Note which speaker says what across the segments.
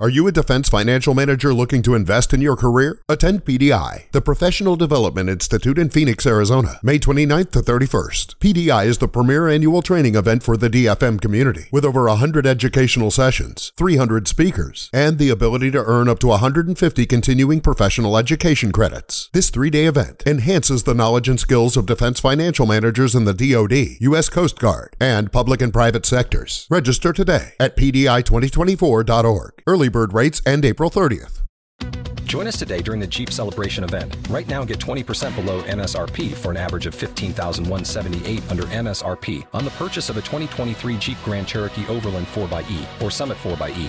Speaker 1: Are you a defense financial manager looking to invest in your career? Attend PDI, the Professional Development Institute in Phoenix, Arizona, May 29th to 31st. PDI is the premier annual training event for the DFM community, with over 100 educational sessions, 300 speakers, and the ability to earn up to 150 continuing professional education credits. This three-day event enhances the knowledge and skills of defense financial managers in the DoD, U.S. Coast Guard, and public and private sectors. Register today at pdi2024.org. Early bird rates end April 30th.
Speaker 2: Join us today during the Jeep Celebration event. Right now, get 20% below MSRP for an average of 15178 under MSRP on the purchase of a 2023 Jeep Grand Cherokee Overland 4xE or Summit 4xE.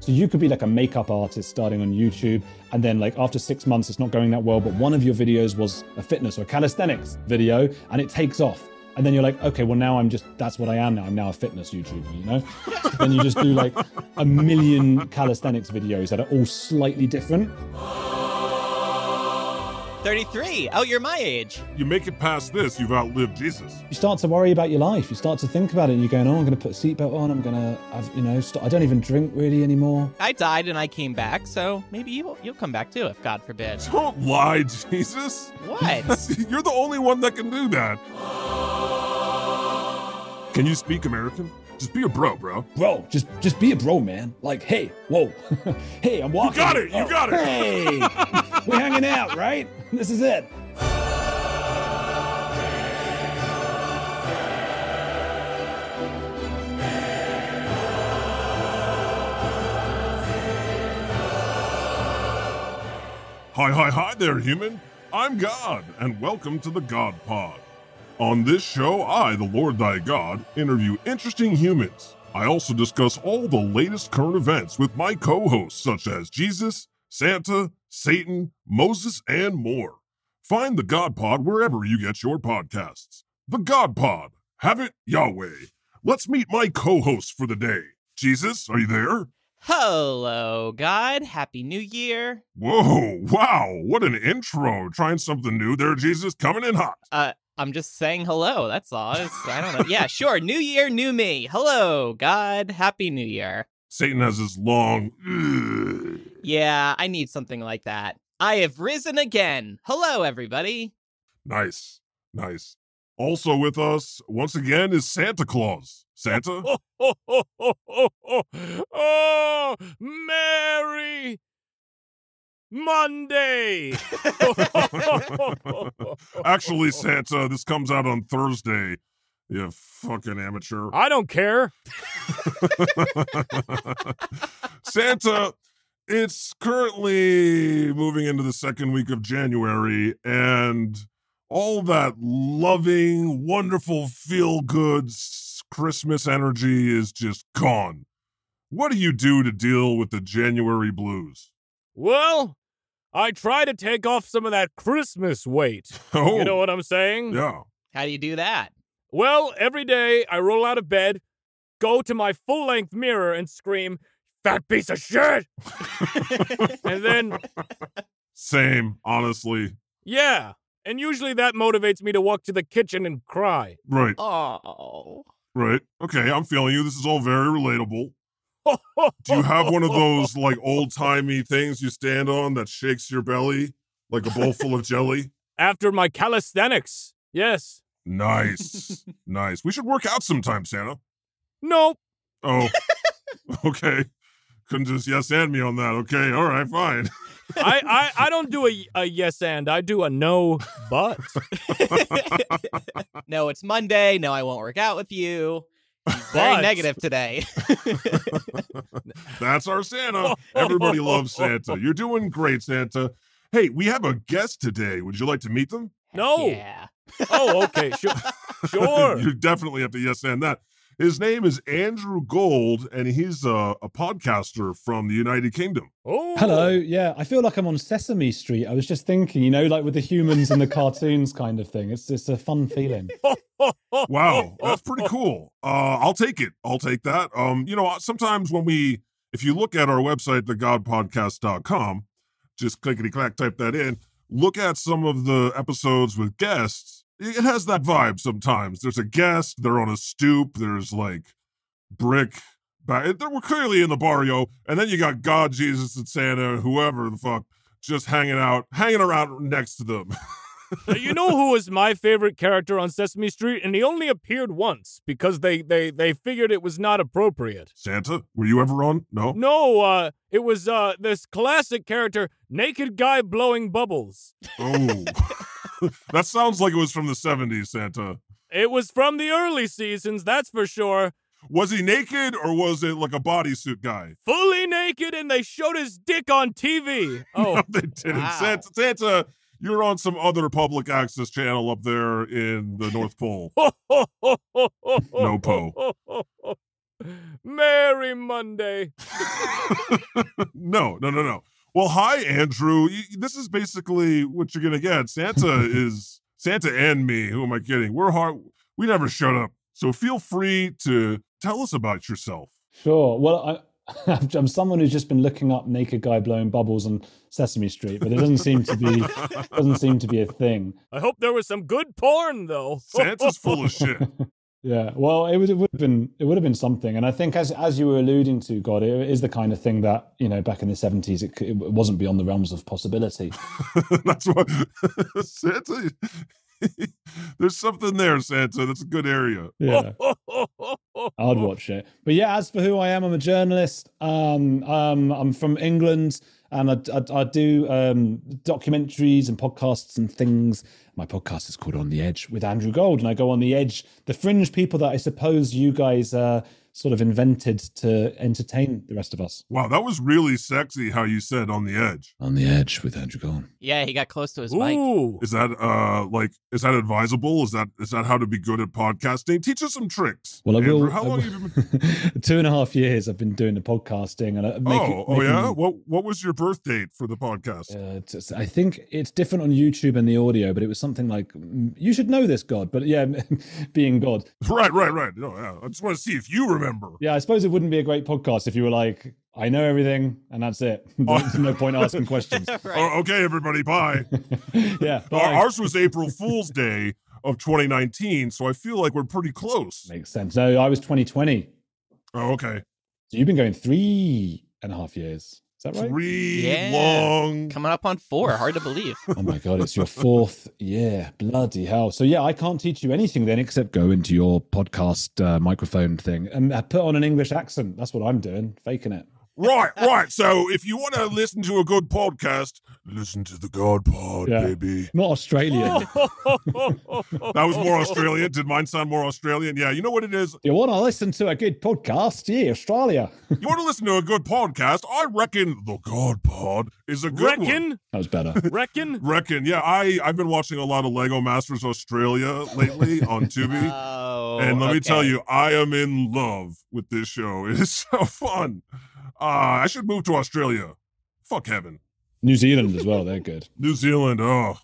Speaker 3: So you could be like a makeup artist starting on YouTube, and then like after six months, it's not going that well, but one of your videos was a fitness or calisthenics video, and it takes off. And then you're like, okay, well now I'm just that's what I am now. I'm now a fitness YouTuber, you know. then you just do like a million calisthenics videos that are all slightly different.
Speaker 4: 33. Oh, you're my age.
Speaker 5: You make it past this, you've outlived Jesus.
Speaker 3: you start to worry about your life. You start to think about it. And you're going, oh, I'm going to put a seatbelt on. I'm going to, I've, you know, st- I don't even drink really anymore.
Speaker 4: I died and I came back, so maybe you'll, you'll come back too, if God forbid.
Speaker 5: Don't lie, Jesus.
Speaker 4: What?
Speaker 5: You're the only one that can do that. Can you speak American? Just be a bro, bro.
Speaker 3: Bro, just just be a bro, man. Like, hey, whoa, hey, I'm walking. Oh,
Speaker 5: got it, you got it.
Speaker 3: Hey, we're hanging out, right? This is it.
Speaker 5: Hi, hi, hi there, human. I'm God, and welcome to the God Pod. On this show, I, the Lord thy God, interview interesting humans. I also discuss all the latest current events with my co hosts, such as Jesus, Santa, Satan, Moses, and more. Find the God Pod wherever you get your podcasts. The God Pod. Have it, Yahweh. Let's meet my co hosts for the day. Jesus, are you there?
Speaker 4: Hello, God. Happy New Year.
Speaker 5: Whoa, wow, what an intro. Trying something new there, Jesus, coming in hot.
Speaker 4: Uh, I'm just saying hello. That's all. It's- I don't know. Yeah, sure. New Year, new me. Hello, God. Happy New Year.
Speaker 5: Satan has this long. "Ugh."
Speaker 4: Yeah, I need something like that. I have risen again. Hello, everybody.
Speaker 5: Nice, nice. Also with us, once again, is Santa Claus. Santa?
Speaker 6: oh, Merry Monday.
Speaker 5: Actually, Santa, this comes out on Thursday. You fucking amateur.
Speaker 6: I don't care.
Speaker 5: Santa, it's currently moving into the second week of January, and all that loving, wonderful, feel good Christmas energy is just gone. What do you do to deal with the January blues?
Speaker 6: Well, I try to take off some of that Christmas weight.
Speaker 5: Oh,
Speaker 6: You know what I'm saying?
Speaker 5: yeah.
Speaker 4: How do you do that?
Speaker 6: Well, every day I roll out of bed, go to my full length mirror, and scream, Fat piece of shit! and then,
Speaker 5: Same, honestly.
Speaker 6: yeah. And usually that motivates me to walk to the kitchen and cry.
Speaker 5: Right,
Speaker 4: Oh.
Speaker 5: right. Okay, I'm feeling you. This is all very relatable. Do you have one of those like old timey things you stand on that shakes your belly like a bowl full of jelly?
Speaker 6: After my calisthenics. Yes.
Speaker 5: Nice. nice. We should work out sometime, Santa.
Speaker 6: Nope.
Speaker 5: Oh, okay. Couldn't just yes and me on that. Okay. All right. Fine.
Speaker 6: I, I, I don't do a, a yes and. I do a no but.
Speaker 4: No, it's Monday. No, I won't work out with you. He's
Speaker 6: But-
Speaker 4: very negative today.
Speaker 5: That's our Santa. Everybody loves Santa. You're doing great, Santa. Hey, we have a guest today. Would you like to meet them?
Speaker 6: No.
Speaker 4: Yeah.
Speaker 6: Oh, okay. Sure. Sure.
Speaker 5: you definitely have to yes and that. His name is Andrew Gold, and he's a, a podcaster from the United Kingdom.
Speaker 6: Oh,
Speaker 3: Hello. Yeah, I feel like I'm on Sesame Street. I was just thinking, you know, like with the humans and the cartoons kind of thing. It's it's a fun feeling.
Speaker 5: Wow, that's pretty cool. Uh, I'll take it. I'll take that. Um, you know, sometimes when we, if you look at our website, thegodpodcast.com, just clickety clack, type that in, look at some of the episodes with guests. It has that vibe sometimes. There's a guest, they're on a stoop, there's like brick. Ba- they we're clearly in the barrio, and then you got God, Jesus, and Santa, whoever the fuck, just hanging out, hanging around next to them.
Speaker 6: Now, you know who was my favorite character on Sesame Street, and he only appeared once because they they they figured it was not appropriate.
Speaker 5: Santa, were you ever on? No.
Speaker 6: No, uh, it was uh this classic character, naked guy blowing bubbles.
Speaker 5: Oh, that sounds like it was from the 70s, Santa.
Speaker 6: It was from the early seasons, that's for sure.
Speaker 5: Was he naked or was it like a bodysuit guy?
Speaker 6: Fully naked, and they showed his dick on TV. Oh,
Speaker 5: No, they didn't.
Speaker 4: wow.
Speaker 5: Santa, Santa, you're on some other public access channel up there in the North Pole.
Speaker 6: no
Speaker 5: po.
Speaker 6: Merry Monday.
Speaker 5: no, no, no, no. Well, hi, Andrew. Y- This is basically what you're gonna get. Santa is Santa and me. Who am I kidding? We're hard. We never shut up. So feel free to tell us about yourself.
Speaker 3: Sure. Well, I, I'm someone who's just been looking up naked guy blowing bubbles on Sesame Street, but it doesn't seem to be doesn't seem to be a thing.
Speaker 6: I hope there was some good porn, though.
Speaker 5: Santa's full of shit.
Speaker 3: Yeah, well, it would it would have been it would have been something, and I think as as you were alluding to, God, it is the kind of thing that you know back in the seventies, it, c- it wasn't beyond the realms of possibility.
Speaker 5: that's what Santa. There's something there, Santa. That's a good area.
Speaker 3: Yeah, I'd watch it. But yeah, as for who I am, I'm a journalist. Um, um I'm from England, and I, I, I do um documentaries and podcasts and things. My podcast is called On the Edge with Andrew Gold, and I go on the edge, the fringe people that I suppose you guys uh sort of invented to entertain the rest of us.
Speaker 5: Wow, that was really sexy how you said on the edge.
Speaker 3: On the Edge with Andrew Gold.
Speaker 4: Yeah, he got close to his mic.
Speaker 6: Ooh.
Speaker 5: Is that uh like is that advisable? Is that is that how to be good at podcasting? Teach us some tricks.
Speaker 3: Well, I
Speaker 5: Andrew,
Speaker 3: will.
Speaker 5: how
Speaker 3: I
Speaker 5: long
Speaker 3: will-
Speaker 5: have you been
Speaker 3: two and a half years I've been doing the podcasting, and uh, I make
Speaker 5: Oh, oh yeah. What what was your birth date for the podcast?
Speaker 3: Uh, t- t- I think it's different on YouTube and the audio, but it was something like mm, you should know this, God. But yeah, being God,
Speaker 5: Right, right, right. No, yeah. I just want to see if you remember.
Speaker 3: yeah, I suppose it wouldn't be a great podcast if you were like, I know everything, and that's it. There's no point asking questions.
Speaker 4: right.
Speaker 5: Oh, okay, everybody, bye.
Speaker 3: yeah,
Speaker 5: Our-
Speaker 3: bye.
Speaker 5: Ours was April Fool's Day of 2019, so I feel like we're pretty close.
Speaker 3: makes sense. No, I was 2020.
Speaker 5: Oh, okay.
Speaker 3: So you've been going three and a half years. Is that right?
Speaker 5: Three
Speaker 4: Yeah.
Speaker 5: long
Speaker 4: Coming up on four. Hard to believe.
Speaker 3: oh my god, it's your fourth year. Bloody hell. So yeah, I can't teach you anything then except go into your podcast uh, microphone thing and uh, put on an English accent. That's what I'm doing, faking it.
Speaker 5: Right, right. So if you want to listen to a good podcast, listen to the God Pod,
Speaker 3: Yeah.
Speaker 5: baby.
Speaker 3: Not
Speaker 6: Oh.
Speaker 3: Australian.
Speaker 5: That was more Australian. Did mine sound more Australian? Yeah, you know what it is.
Speaker 3: you want to listen to a good podcast? Yeah, Australia.
Speaker 5: You want to listen to a good podcast? I reckon the God Pod is a good one.
Speaker 6: Reckon?
Speaker 3: That was better.
Speaker 6: Reckon?
Speaker 5: Reckon. Yeah, I I've been watching a lot of Lego Masters Australia lately on Tubi.
Speaker 4: Oh,
Speaker 5: and let me tell
Speaker 4: okay.
Speaker 5: you, I am in love with this show. It is so fun. Uh, I should move to Australia. Fuck heaven.
Speaker 3: New Zealand as well. They're good.
Speaker 5: New Zealand. Oh,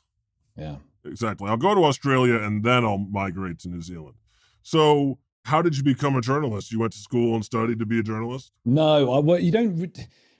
Speaker 3: Yeah.
Speaker 5: Exactly. I'll go to Australia and then I'll migrate to New Zealand. So, how did you become a journalist? You went to school and studied to be a journalist?
Speaker 3: No, I, well, you don't. re-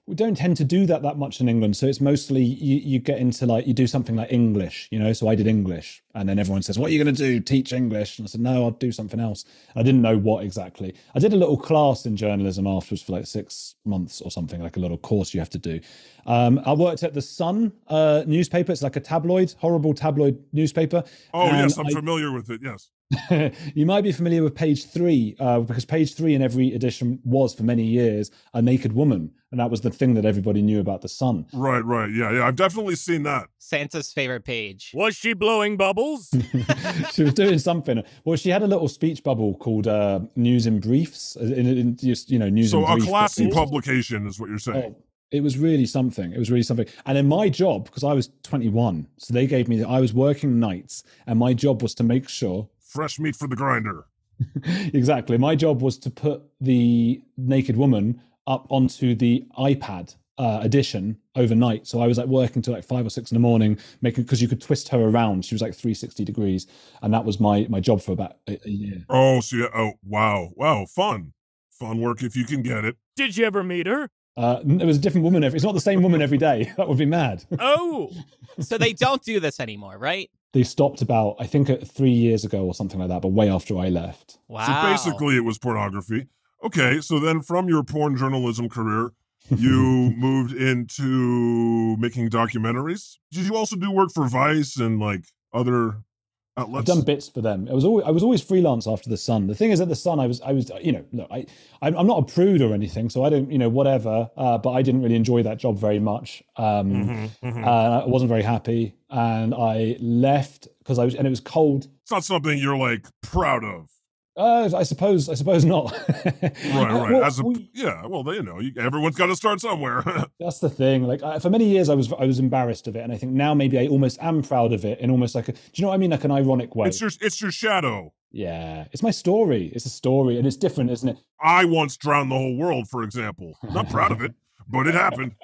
Speaker 3: We don't tend to do that that much in England. So it's mostly you, you get into like you do something like English, you know. So I did English, and then everyone says, "What are you going to do? Teach English?" And I said, "No, I'll do something else." I didn't know what exactly. I did a little class in journalism afterwards for like six months or something, like a little course you have to do. Um, I worked at the Sun uh, newspaper. It's like a tabloid, horrible tabloid newspaper.
Speaker 5: Oh,
Speaker 3: And
Speaker 5: yes, I'm
Speaker 3: Um, I-
Speaker 5: familiar with it. Yes.
Speaker 3: you might be familiar with page three uh, because page three in every edition was for many years a naked woman and that was the thing that everybody knew about the sun
Speaker 5: Right, right. Yeah, yeah. I've definitely seen that.
Speaker 4: Santa's favorite page.
Speaker 6: Was she blowing bubbles?
Speaker 3: she was doing something well she had a little speech bubble called uh, news in briefs in, in, in just you know news
Speaker 5: So,
Speaker 3: in
Speaker 5: a
Speaker 3: brief, but
Speaker 5: classy
Speaker 3: it was-
Speaker 5: publication is what you're saying.
Speaker 3: oh, it was really something it was really something and in my job because i was 21 so they gave me i was working nights and my job was to make sure
Speaker 5: Fresh meat for the grinder.
Speaker 3: exactly. My job was to put the naked woman up onto the iPad uh, edition overnight. So I was like working till like five or six in the morning, making because you could twist her around. She was like 360 degrees, and that was my my job for about a, a year.
Speaker 5: Oh, so yeah. Oh, wow. Wow. Fun. Fun work if you can get it.
Speaker 6: Did you ever meet her?
Speaker 3: Uh, n- it was a different woman. Every, it's not the same woman every day. That would be mad.
Speaker 6: Oh,
Speaker 4: So they don't do this anymore, right?
Speaker 3: They stopped about I think uh, three years ago or something like that, but way after I left.
Speaker 4: Wow.
Speaker 5: So basically, it was pornography. Okay. So then from your porn journalism career, you moved into making documentaries. Did you also do work for Vice and like other
Speaker 3: I've
Speaker 5: outlets?
Speaker 3: done bits for them. I was always I was always freelance after the Sun. The thing is, at the Sun, I was I was you know look I I'm I'm not a prude or anything, so I don't you know whatever. Uh, but I didn't really enjoy that job very much. Um,
Speaker 5: Mhm, mhm.
Speaker 3: uh, I wasn't very happy, and I left because I was and it was cold.
Speaker 5: it's not something you're like proud of.
Speaker 3: Uh, I suppose I suppose not. right,
Speaker 5: Right, right. As a, yeah, well, they know you, everyone's got to start somewhere.
Speaker 3: That's the thing. Like I, for many years, I was I was embarrassed of it, and I think now maybe I almost am proud of it in almost like a, do you know what I mean? Like an ironic way.
Speaker 5: it's your it's your shadow.
Speaker 3: yeah, it's my story. It's a story, and it's different, isn't it?
Speaker 5: I once drowned the whole world, for example. Not proud of it, but it happened.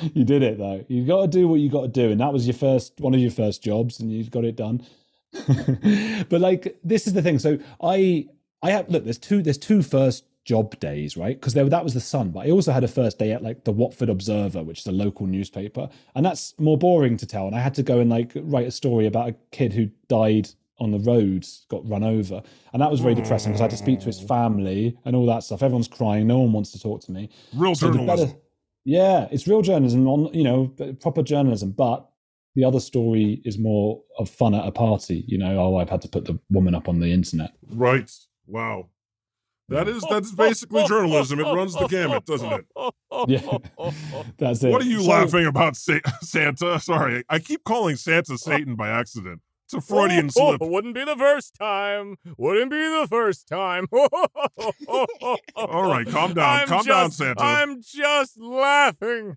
Speaker 3: you did it though. You got to do what you got to do, and that was your first one of your first jobs, and you got it done. but like this is the thing. So I I have look. There's two. There's two first job days, right? Because there that was the Sun, but I also had a first day at like the Watford Observer, which is a local newspaper, and that's more boring to tell. And I had to go and like write a story about a kid who died on the roads, got run over, and that was very depressing because I had to speak to his family and all that stuff. Everyone's crying. No one wants to talk to me.
Speaker 5: Real
Speaker 3: So the
Speaker 5: journalism.
Speaker 3: better- yeah, it's real journalism on you know proper journalism, but the other story is more of fun at a party. You know, oh, I've had to put the woman up on the internet.
Speaker 5: Right. Wow. That is that's basically journalism. It runs the gamut, doesn't it?
Speaker 6: Oh.
Speaker 3: Yeah, that's it.
Speaker 5: What are you
Speaker 3: So-
Speaker 5: laughing about, Sa- Santa? Sorry, I keep calling Santa Satan by accident. It's a Freudian slip.
Speaker 6: Oh, wouldn't be the first time. Wouldn't be the first time.
Speaker 5: All
Speaker 6: All
Speaker 5: right, calm down. Calm down, Santa.
Speaker 6: I'm just laughing.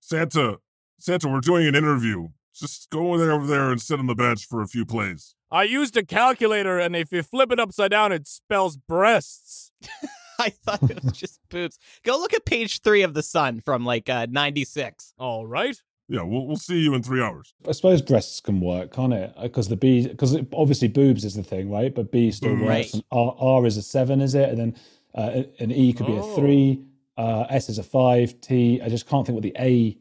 Speaker 5: Santa, Santa, we're doing an interview. Just go over there, over there, and sit on the bench for a few plays.
Speaker 6: I used a calculator, and if you flip it upside down, it spells breasts.
Speaker 4: I thought it was just boobs. Go look at page three of the Sun from like uh, '96.
Speaker 6: All right.
Speaker 5: Yeah, we'll we'll see you in three hours.
Speaker 3: I suppose breasts can work, can't it? Because the B, because obviously boobs is the thing, right? But B still
Speaker 5: Boobs.
Speaker 3: works.
Speaker 4: Right.
Speaker 3: And R, R is a seven, is it? And then uh, an E could be
Speaker 6: Oh.
Speaker 3: a three. Uh, S is a five. T. I just can't think what the A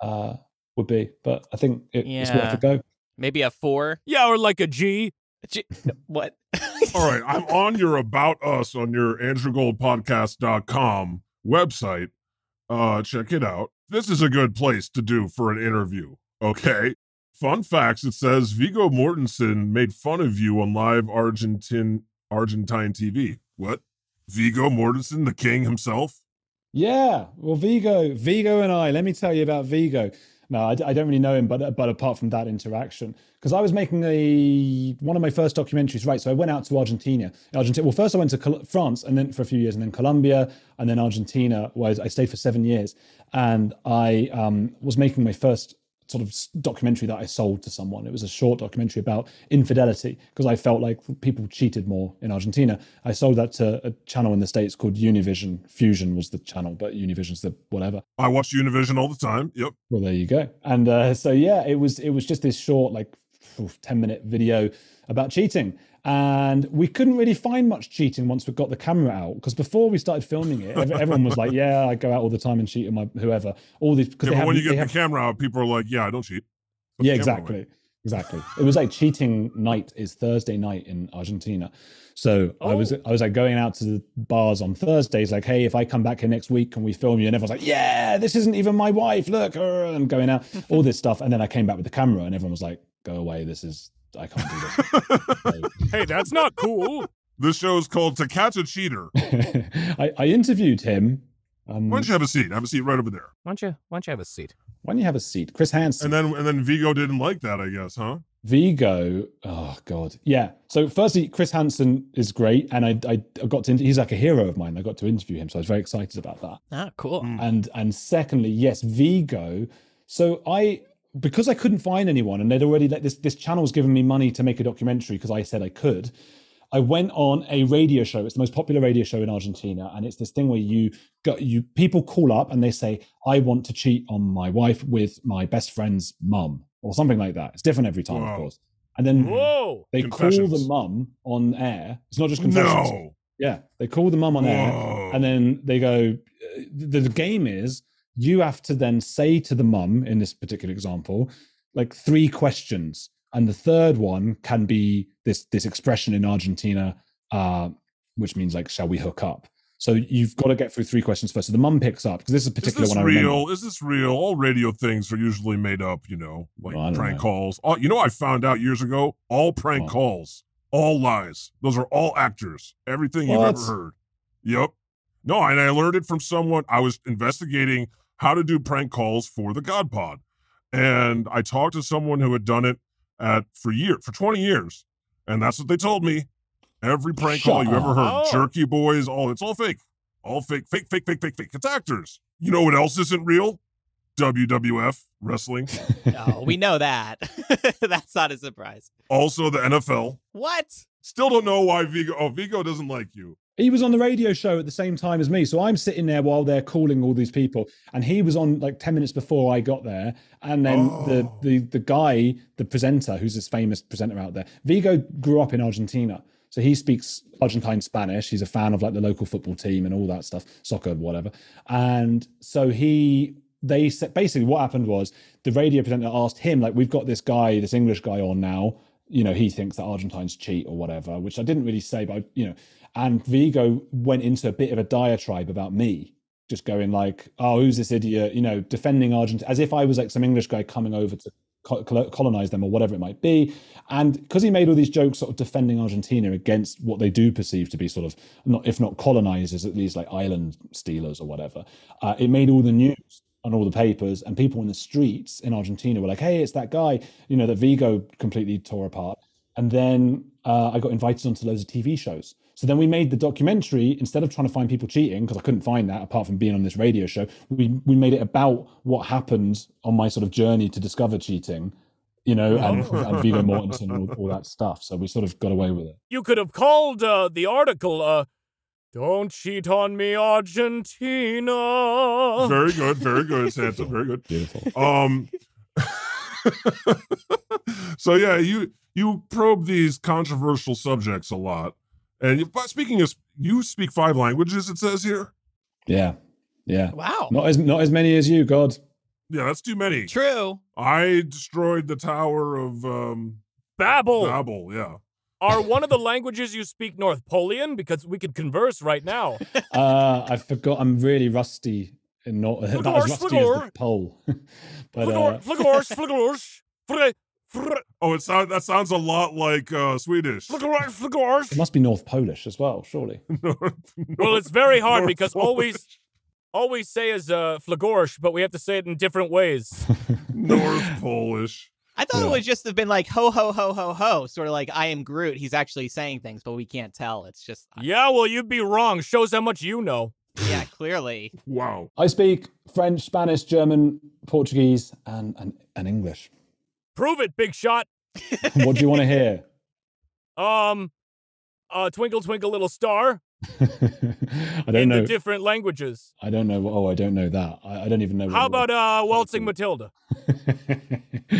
Speaker 3: uh, would be, but I think it, it's worth
Speaker 4: Yeah.
Speaker 3: a go.
Speaker 4: Maybe a four.
Speaker 6: Yeah, or like a G.
Speaker 4: J- What?
Speaker 5: All right, I'm on your About Us on your AndrewGoldPodcast.com website. Uh, check it out. This is a good place to do for an interview. Okay. Fun facts: It says Vigo Mortensen made fun of you on live Argentine Argentine TV. What? Vigo Mortensen, the king himself.
Speaker 3: Yeah, well, Vigo, Vigo, and I. Let me tell you about Vigo. No, I, d- I don't really know him, but but apart from that interaction, because I was making a one of my first documentaries, right? So I went out to Argentina, Argentina. Well, first I went to Col- France, and then for a few years, and then Colombia, and then Argentina. Where I stayed for seven years, and I um, was making my first sort of s- documentary that I sold to someone. It was a short documentary about infidelity because I felt like people cheated more in Argentina. I sold that to a channel in the States called Univision. Fusion was the channel, but Univision's the whatever.
Speaker 5: I watch Univision all the time. Yep.
Speaker 3: Well, there you go. And uh, so yeah, it was it was just this short like oof, 10 minute video about cheating. And we couldn't really find much cheating once we got the camera out because before we started filming it, ev- everyone was like, "Yeah, I go out all the time and cheat on my whoever." All these because
Speaker 5: Yeah,
Speaker 3: they
Speaker 5: but
Speaker 3: have
Speaker 5: when you
Speaker 3: they
Speaker 5: get the
Speaker 3: have-
Speaker 5: camera out, people are like, "Yeah, I don't cheat." Put
Speaker 3: yeah
Speaker 5: the camera away.
Speaker 3: exactly exactly it was like cheating night is thursday night in argentina so i was i was like going out to the bars on thursdays like hey if i come back here next week can we film you and everyone's like yeah this isn't even my wife look uh," and going out all this stuff and then i came back with the camera and everyone was like go away this is i can't do this
Speaker 6: Hey, that's not cool.
Speaker 5: This show is called To Catch a Cheater. Why
Speaker 3: I, I interviewed him um,
Speaker 5: don't you have a seat? Have a seat right over there.
Speaker 6: Why don't you? Why don't you have a seat?
Speaker 3: why don't you have a seat chris hansen
Speaker 5: And then and then Vigo didn't like that, I guess, huh?
Speaker 3: Vigo, oh god, yeah. So firstly, Chris Hansen is great, and I, I, I got to he's like a hero of mine. I got to interview him, so I was very excited about that.
Speaker 4: Ah, cool.
Speaker 5: Mm.
Speaker 3: And and secondly, yes, Vigo. So I because I couldn't find anyone, and they'd already let this this channel's given me money to make a documentary because I said I could. I went on a radio show. It's the most popular radio show in Argentina, and it's this thing where you go, you people call up and they say, "I want to cheat on my wife with my best friend's mum," or something like that. It's different every time,
Speaker 5: Wow.
Speaker 3: of course. And then
Speaker 5: Hmm.
Speaker 6: Whoa.
Speaker 3: they call the
Speaker 5: Confessions.
Speaker 3: mum on air. It's not just confessions.
Speaker 5: No.
Speaker 3: Yeah, they call the mum on air,
Speaker 5: Whoa.
Speaker 3: and then they go. uh, The, the game is you have to then say to the mum in this particular example, like three questions, and the third one can be this this expression in Argentina, uh, which means like, "Shall we hook up?" So you've got to get through three questions first. So the mum picks up because this is a
Speaker 5: Is
Speaker 3: particular
Speaker 5: this
Speaker 3: one. I remember.
Speaker 5: real? Is this real? All radio things are usually made up, you know, like
Speaker 3: Well, I don't
Speaker 5: prank
Speaker 3: know.
Speaker 5: calls. Oh, you know, I found out years ago, all prank
Speaker 3: What?
Speaker 5: calls, all lies. Those are all actors. Everything
Speaker 3: What?
Speaker 5: you've ever heard. Yep. No, and I learned it from someone. I was investigating how to do prank calls for the God Pod, and I talked to someone who had done it at for year for twenty years, and that's what they told me. Every prank
Speaker 3: Shut
Speaker 5: call you ever
Speaker 3: up.
Speaker 5: heard,
Speaker 6: Oh.
Speaker 5: Jerky Boys, all it's all fake. All fake, fake, fake, fake, fake, fake. It's actors. You know what else isn't real? WWF wrestling.
Speaker 4: Oh, we know that. That's not a surprise.
Speaker 5: Also the NFL.
Speaker 4: What?
Speaker 5: Still don't know why Vigo. Oh, Vigo doesn't like you.
Speaker 3: he was on the radio show at the same time as me so i'm sitting there while they're calling all these people and he was on like 10 minutes before i got there and then the,
Speaker 5: Oh.
Speaker 3: the the guy the presenter who's this famous presenter out there vigo grew up in argentina so he speaks argentine spanish he's a fan of like the local football team and all that stuff soccer whatever and so he they said basically what happened was the radio presenter asked him like we've got this guy this english guy on now you know he thinks that argentines cheat or whatever which i didn't really say but I, you know and vigo went into a bit of a diatribe about me just going like oh who's this idiot you know defending argentina as if i was like some english guy coming over to co- colo- colonize them or whatever it might be and because he made all these jokes sort of defending argentina against what they do perceive to be sort of not if not colonizers at least like island stealers or whatever uh, it made all the news on all the papers and people in the streets in argentina were like hey it's that guy you know that vigo completely tore apart and then uh, i got invited onto loads of tv shows so then we made the documentary instead of trying to find people cheating because i couldn't find that apart from being on this radio show we we made it about what happened on my sort of journey to discover cheating you know and, and vigo mortensen and all, all that stuff so we sort of got away with it
Speaker 6: You could have called uh, the article, uh, Don't Cheat on Me, Argentina.
Speaker 5: Very good, very good, Santa. Very good.
Speaker 3: beautiful
Speaker 5: Um. so yeah, you you probe these controversial subjects a lot, and you, but speaking of you speak five languages. It says here.
Speaker 3: yeah yeah
Speaker 4: Wow.
Speaker 3: not as not as many as you god
Speaker 5: Yeah, that's too many.
Speaker 4: True.
Speaker 5: I destroyed the Tower of um,
Speaker 6: Babel.
Speaker 5: Babel. Yeah.
Speaker 6: Are one of the languages you speak North Polian? Because we could converse right now.
Speaker 3: Uh, I forgot. I'm really rusty and not about as
Speaker 6: Fligor's,
Speaker 3: rusty as
Speaker 6: Fligor.
Speaker 3: the pole. but uh,
Speaker 6: Flugor- Flugorsh, Flugorsh, Fre- Fre-
Speaker 5: Oh, it sounds that sounds a lot like uh, Swedish.
Speaker 6: Flugorsh,
Speaker 3: it
Speaker 6: Flugorsh.
Speaker 3: must be North Polish as well, surely.
Speaker 6: Well, it's very hard
Speaker 5: North
Speaker 6: because always, always say is uh, Flugorsh, but we have to say it in different ways.
Speaker 5: North Polish.
Speaker 4: I thought
Speaker 3: Yeah.
Speaker 4: it would just have been like ho ho ho ho ho, sort of like I am Groot. He's actually saying things, but we can't tell. It's just
Speaker 6: yeah, well, you'd be wrong. Shows how much you know.
Speaker 4: yeah, clearly.
Speaker 5: Wow.
Speaker 3: I speak French, Spanish, German, Portuguese, and and, and English.
Speaker 6: Prove it, big shot.
Speaker 3: What do you want to hear?
Speaker 6: Um, uh, Twinkle Twinkle Little Star
Speaker 3: I
Speaker 6: in
Speaker 3: don't know.
Speaker 6: the different languages.
Speaker 3: I don't know. Oh, I don't know that. I, I don't even know. what
Speaker 6: How
Speaker 3: it was.
Speaker 6: about uh, Waltzing Matilda?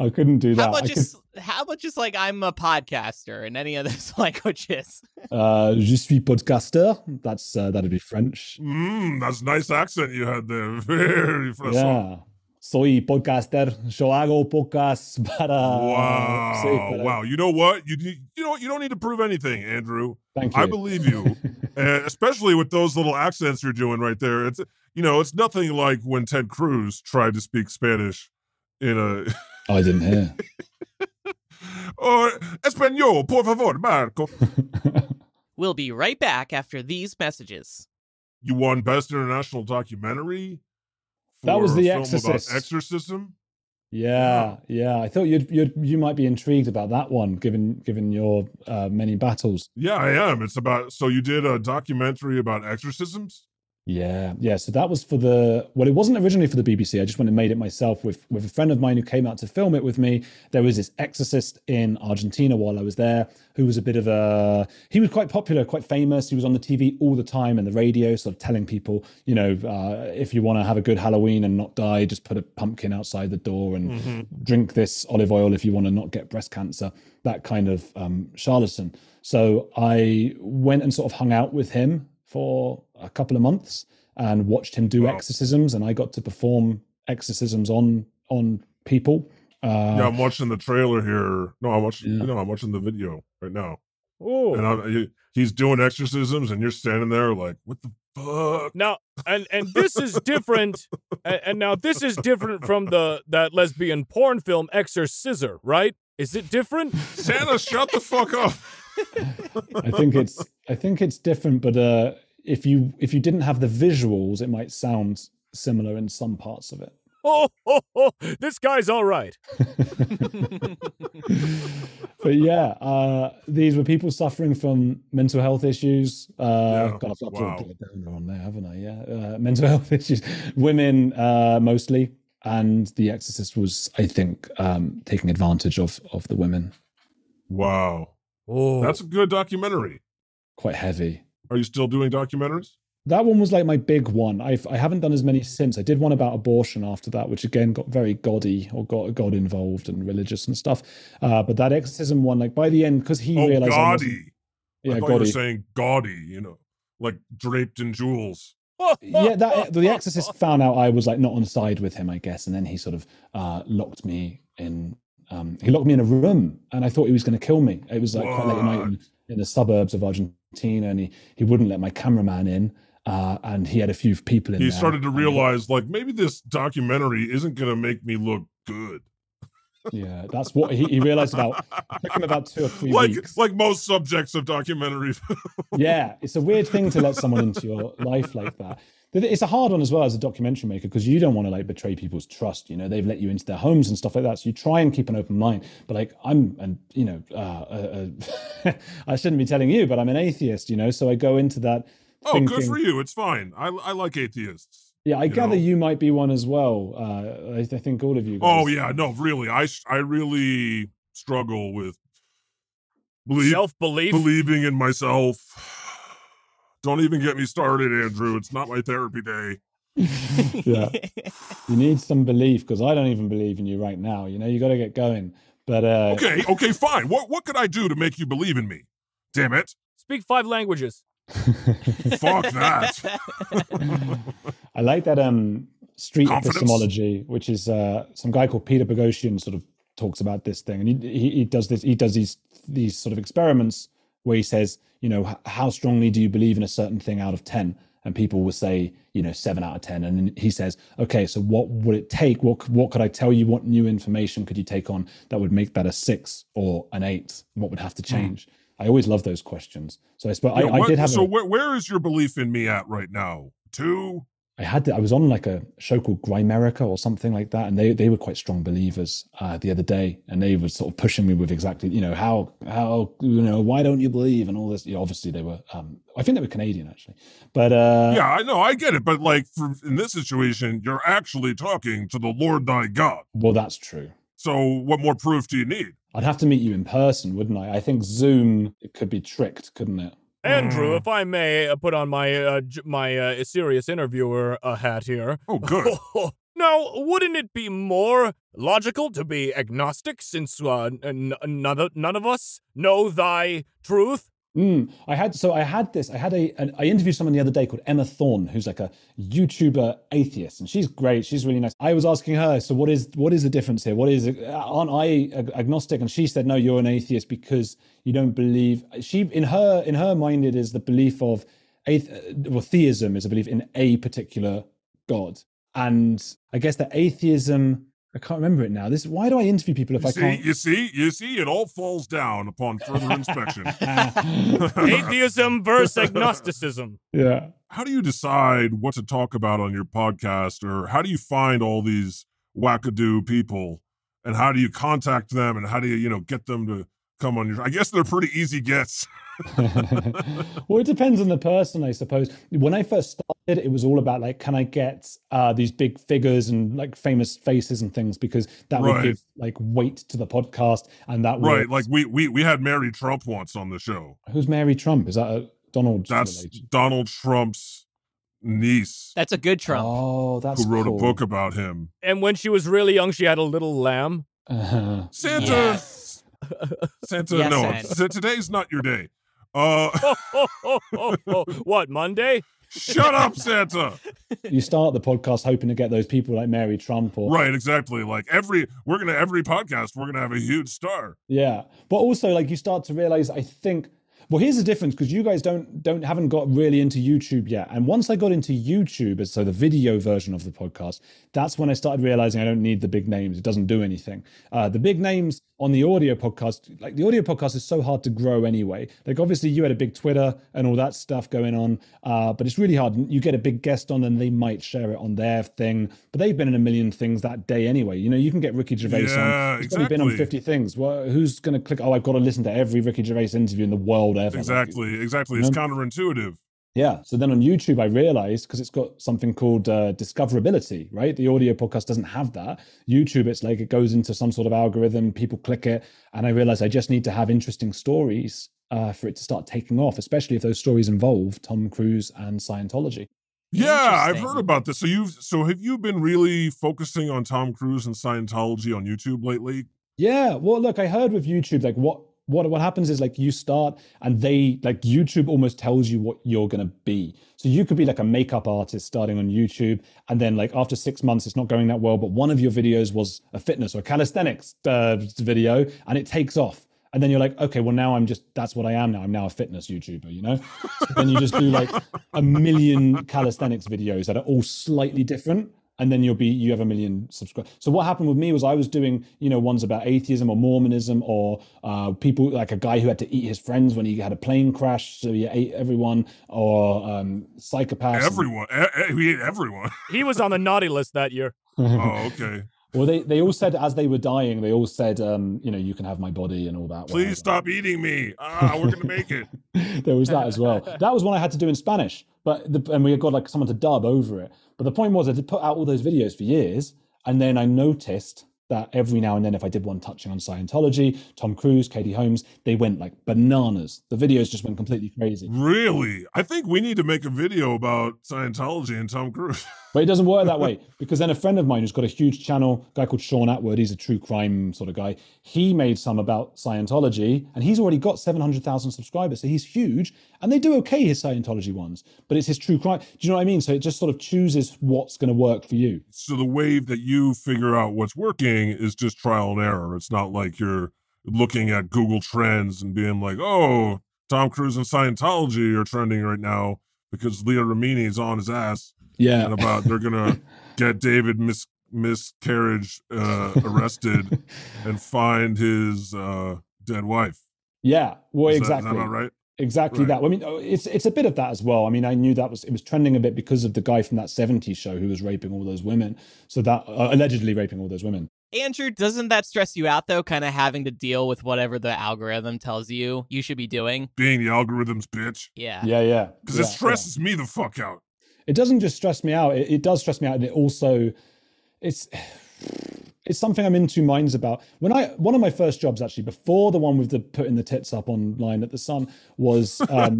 Speaker 3: I couldn't do that.
Speaker 4: How about
Speaker 3: I could-
Speaker 4: just how about just like I'm a podcaster and any of those languages?
Speaker 3: uh, je suis podcaster. That's uh, that'd be French.
Speaker 5: Mm, that's nice accent you had there. Very fresh.
Speaker 3: Yeah. Soy podcaster. Yo hago podcast para.
Speaker 5: wow.
Speaker 3: Sí, para-
Speaker 5: wow. You know what? You need- you know what? you don't need to prove anything, Andrew.
Speaker 3: Thank you.
Speaker 5: I believe you, and especially with those little accents you're doing right there. It's you know, it's nothing like when Ted Cruz tried to speak Spanish in a
Speaker 3: I didn't hear.
Speaker 5: or Espanol, "Oh, por favor, Marco.
Speaker 4: We'll be right back after these messages.
Speaker 5: You won Best International Documentary.
Speaker 3: That was
Speaker 5: for a
Speaker 3: The
Speaker 5: film
Speaker 3: Exorcist.
Speaker 5: About exorcism.
Speaker 3: yeah, yeah. I thought you'd, you'd you might be intrigued about that one, given given your uh, many battles.
Speaker 5: Yeah, I am. It's about so you did a documentary about exorcisms.
Speaker 3: Yeah, yeah. So that was for the well, it wasn't originally for the BBC. I just went and made it myself with with a friend of mine who came out to film it with me. There was this exorcist in Argentina while I was there who was a bit of a he was quite popular, quite famous. He was on the TV all the time and the radio, sort of telling people, you know, uh, if you want to have a good Halloween and not die, just put a pumpkin outside the door and drink this olive oil if you want to not get breast cancer. That kind of um, charlatan. So I went and sort of hung out with him for a couple of months and watched him do
Speaker 5: Wow.
Speaker 3: exorcisms and I got to perform exorcisms on on people.
Speaker 5: yeah,
Speaker 3: Uh,
Speaker 5: I'm watching the trailer here. No, I'm watching.
Speaker 3: Yeah.
Speaker 5: No, I'm watching the video right now. And
Speaker 6: Ooh.
Speaker 5: I'm, he- he's doing exorcisms, and you're standing there like, what the fuck?
Speaker 6: Now, and and this is different. and, and now this is different from the that lesbian porn film Exorcisor, right? Is it different?
Speaker 5: Santa, shut the fuck up.
Speaker 3: I think it's I think it's different, but uh, if you if you didn't have the visuals, it might sound similar in some parts of it.
Speaker 6: Oh, ho, ho, this guy's all right.
Speaker 3: but yeah, uh, these were people suffering from mental health issues. Uh,
Speaker 5: Yeah,
Speaker 3: God, I've got
Speaker 5: wow.
Speaker 3: to put a downer on there, haven't I? Yeah, uh, mental health issues, women uh, mostly, and The Exorcist was, I think, um, taking advantage of of the women.
Speaker 5: Wow,
Speaker 6: Oh,
Speaker 5: that's a good documentary.
Speaker 3: Quite heavy.
Speaker 5: Are you still doing documentaries?
Speaker 3: That one was like my big one. I've, I haven't done as many since. I did one about abortion after that, which again got very goddy or got God involved and religious and stuff. Uh, but that exorcism one, like by the end, because he
Speaker 5: oh,
Speaker 3: realized, I wasn't-
Speaker 5: gaudy. I
Speaker 3: yeah,
Speaker 5: thought you were
Speaker 3: gaudy.
Speaker 5: saying gaudy. You know, like draped in jewels.
Speaker 3: yeah, that the Exorcist found out I was like not on side with him, I guess, and then he sort of uh, locked me in. Um, he locked me in a room, and I thought he was going to kill me. It was like quite late at night in, in the suburbs of Argentina, and he he wouldn't let my cameraman in, uh, and he had a few people in.
Speaker 5: He
Speaker 3: there,
Speaker 5: started to
Speaker 3: and he-
Speaker 5: realize, like, maybe this documentary isn't gonna make me look good.
Speaker 3: Yeah, that's what he, he realized about. Took him about two or three
Speaker 5: like,
Speaker 3: weeks.
Speaker 5: like most subjects of documentary
Speaker 3: yeah, it's a weird thing to let someone into your life like that. But It's a hard one as well as a documentary maker because you don't want to like betray people's trust. You know, they've let you into their homes and stuff like that. So you try and keep an open mind. But like I'm, and you know, uh, uh, uh, I shouldn't be telling you, but I'm an atheist. You know, so I go into that.
Speaker 5: Oh, good
Speaker 3: thinking-
Speaker 5: for you. It's fine. I, I like atheists.
Speaker 3: Yeah, I
Speaker 5: you
Speaker 3: gather
Speaker 5: know.
Speaker 3: you might be one as well. Uh, I, I think all of you.
Speaker 5: Oh
Speaker 3: guys-
Speaker 5: yeah, no, really. I s- I really struggle with believe,
Speaker 6: Self belief.
Speaker 5: believing in myself. Don't even get me started, Andrew. It's not my therapy day.
Speaker 3: yeah. You need some belief because I don't even believe in you right now. You know, you got to get going. But uh,
Speaker 5: Okay, okay, fine. What what could I do to make you believe in me? Damn it.
Speaker 6: Speak five languages.
Speaker 5: Fuck that.
Speaker 3: I like that um street
Speaker 5: Confidence.
Speaker 3: epistemology, which is uh some guy called Peter Boghossian sort of talks about this thing, and he, he he does this he does these these sort of experiments where he says, you know, h- how strongly do you believe in a certain thing out of ten? And people will say, you know, seven out of ten. And then he says, okay, so what would it take? What c- what could I tell you? What new information could you take on that would make that a six or an eight? What would have to change? I always love those questions. So I suppose
Speaker 5: Hmm. Yeah,
Speaker 3: I, I
Speaker 5: what-
Speaker 3: did have
Speaker 5: so
Speaker 3: a-
Speaker 5: where, where is your belief in me at right now? Two?
Speaker 3: I had to, I was on like a show called Grimerica or something like that, and they they were quite strong believers uh, the other day, and they were sort of pushing me with exactly you know how how you know why don't you believe and all this. You know, obviously they were um, I think they were Canadian actually, but uh,
Speaker 5: yeah, I know, I get it, but like for, in this situation, you're actually talking to the Lord thy God.
Speaker 3: well that's true.
Speaker 5: So what more proof do you need?
Speaker 3: I'd have to meet you in person, wouldn't I? I think Zoom it could be tricked, couldn't it?
Speaker 5: Mm.
Speaker 6: Andrew, if I may uh, put on my uh, j- my uh, serious interviewer uh, hat here.
Speaker 5: Oh, good.
Speaker 6: now, wouldn't it be more logical to be agnostic since uh, n- n- none, of, none of us know thy truth?
Speaker 3: Mm, I had so I had this. I had a an, I interviewed someone the other day called Emma Thorne, who's like a YouTuber atheist, and she's great. She's really nice. I was asking her, so what is what is the difference here? What is aren't I ag- agnostic? And she said, no, you're an atheist because you don't believe. She in her in her mind it is the belief of athe- uh, well theism is a belief in a particular god, and I guess that atheism. I can't remember it now. This why do I interview people if
Speaker 5: You
Speaker 3: I
Speaker 5: see,
Speaker 3: can't?
Speaker 5: you see, you see, it all falls down upon further inspection.
Speaker 6: Atheism versus agnosticism.
Speaker 3: yeah.
Speaker 5: How do you decide what to talk about on your podcast, or how do you find all these wackadoo people, and how do you contact them, and how do you, you know, get them to come on your? I guess they're pretty easy gets.
Speaker 3: well, it depends on the person, I suppose. When I first started it, it was all about like, can I get uh, these big figures and like famous faces and things because that would
Speaker 5: Right.
Speaker 3: give like weight to the podcast and that would,
Speaker 5: Right, like we we we had Mary Trump once on the show.
Speaker 3: who's Mary Trump? Is that a Donald?
Speaker 5: That's
Speaker 3: relation?
Speaker 5: Donald Trump's niece
Speaker 4: That's a good Trump.
Speaker 3: Oh, that's
Speaker 5: who wrote
Speaker 3: cool.
Speaker 5: a book about him.
Speaker 6: And when she was really young, she had a little lamb.
Speaker 3: Uh-huh.
Speaker 5: Santa,
Speaker 4: Yes.
Speaker 5: Santa,
Speaker 4: Yes,
Speaker 5: no,
Speaker 4: Ed.
Speaker 5: t- today's not your day. Uh,
Speaker 6: Ho, ho, ho, ho, ho. What, Monday?
Speaker 5: shut up, Santa.
Speaker 3: you start the podcast hoping to get those people like Mary Trump or
Speaker 5: Right, exactly. Like every we're gonna every podcast we're gonna have a huge star.
Speaker 3: yeah, but also like you start to realize I think well here's the difference because you guys don't don't haven't got really into YouTube yet and once I got into YouTube so the video version of the podcast that's when I started realizing I don't need the big names it doesn't do anything uh, the big names on the audio podcast like the audio podcast is so hard to grow anyway like obviously you had a big Twitter and all that stuff going on uh, but it's really hard you get a big guest on and they might share it on their thing but they've been in a million things that day anyway you know you can get Ricky Gervais
Speaker 5: Yeah,
Speaker 3: on he's probably been on
Speaker 5: exactly.
Speaker 3: 50 50 things. Well, who's going to click? Oh, I've got to listen to every Ricky Gervais interview in the world ever. Like,
Speaker 5: Exactly, exactly. It's counterintuitive.
Speaker 3: yeah. So then on YouTube, I realized because it's got something called uh, discoverability, right? The audio podcast doesn't have that. YouTube, it's like it goes into some sort of algorithm, people click it. And I realized I just need to have interesting stories uh, for it to start taking off, especially if those stories involve Tom Cruise and Scientology.
Speaker 5: Yeah, I've
Speaker 4: Interesting.
Speaker 5: heard about this. So you've so have you been really focusing on Tom Cruise and Scientology on YouTube lately?
Speaker 3: Yeah. Well, look, I heard with YouTube, like what what what happens is like you start and they like YouTube almost tells you what you're gonna be. So you could be like a makeup artist starting on YouTube, and then like after six months, it's not going that well. But one of your videos was a fitness or calisthenics uh, video, and it takes off. And then you're like, okay, well now I'm just that's what I am now. I'm now a fitness YouTuber, you know. So then you just do like a million calisthenics videos that are all slightly different and then you'll be you have a million subscribers so what happened with me was i was doing you know ones about atheism or mormonism or uh, people like a guy who had to eat his friends when he had a plane crash so he ate everyone or um, psychopaths
Speaker 5: Everyone, e- e- he ate everyone.
Speaker 6: He was on the naughty list that year.
Speaker 5: oh, okay.
Speaker 3: well they, they all said as they were dying they all said um, you know you can have my body and all that whatever.
Speaker 5: Please stop eating me. Ah, we're gonna make it.
Speaker 3: there was that as well. That was one I had to do in Spanish, but the, and we got like someone to dub over it. But the point was, I did put out all those videos for years, and then I noticed that every now and then, if I did one touching on Scientology, Tom Cruise, Katie Holmes, they went like bananas. The videos just went completely crazy.
Speaker 5: Really? I think we need to make a video about Scientology and Tom Cruise.
Speaker 3: But it doesn't work that way because then a friend of mine who's got a huge channel, a guy called Sean Atwood, he's a true crime sort of guy. He made some about Scientology and he's already got 700,000 subscribers. So he's huge and they do okay, his Scientology ones, but it's his true crime. Do you know what I mean? So it just sort of chooses what's going to work for you.
Speaker 5: so the way that you figure out what's working is just trial and error. It's not like you're looking at Google Trends and being like, "Oh, Tom Cruise and Scientology are trending right now because Leah Remini is on his ass and
Speaker 3: Yeah.
Speaker 5: about they're gonna get David mis miscarriage uh, arrested and find his uh, dead wife."
Speaker 3: Yeah. Well,
Speaker 5: Is that-
Speaker 3: exactly.
Speaker 5: Is that about right?
Speaker 3: exactly
Speaker 5: Right.
Speaker 3: that. I mean, oh, it's it's a bit of that as well. I mean, I knew that was it was trending a bit because of the guy from that '70s show who was raping all those women. So that uh, allegedly raping all those women.
Speaker 4: Andrew, doesn't that stress you out though? Kind of having to deal with whatever the algorithm tells you you should be doing.
Speaker 5: Being the algorithm's bitch
Speaker 4: Yeah.
Speaker 3: Yeah, yeah.
Speaker 5: because
Speaker 3: yeah,
Speaker 5: it
Speaker 3: yeah.
Speaker 5: stresses me the fuck out.
Speaker 3: it doesn't just stress me out it, it does stress me out and it also it's it's something i'm in two minds about when i one of my first jobs actually before the one with the putting the tits up online at the sun was um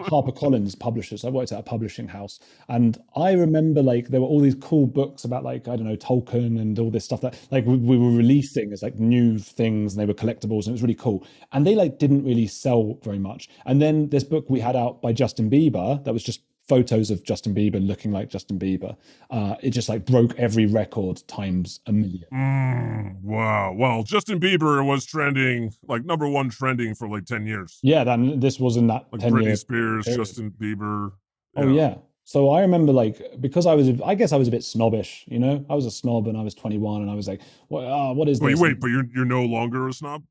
Speaker 3: harpercollins publishers i worked at a publishing house and i remember like there were all these cool books about like i don't know tolkien and all this stuff that like we, we were releasing as like new things and they were collectibles and it was really cool and they like didn't really sell very much and then this book we had out by justin bieber that was just photos of Justin Bieber looking like Justin Bieber. Uh, it just like broke every record times a million.
Speaker 5: Mm, wow. Well, Justin Bieber was trending, like number one trending for like 10 years.
Speaker 3: Yeah, then this was in that
Speaker 5: Like
Speaker 3: ten
Speaker 5: Britney
Speaker 3: years.
Speaker 5: Spears,
Speaker 3: period.
Speaker 5: Justin Bieber.
Speaker 3: Oh yeah. So I remember like because I was a- I guess I was a bit snobbish, you know. I was a snob and I was 21 and I was like, what, ah, what is
Speaker 5: Wait,
Speaker 3: this?
Speaker 5: wait, but you're you're no longer a snob?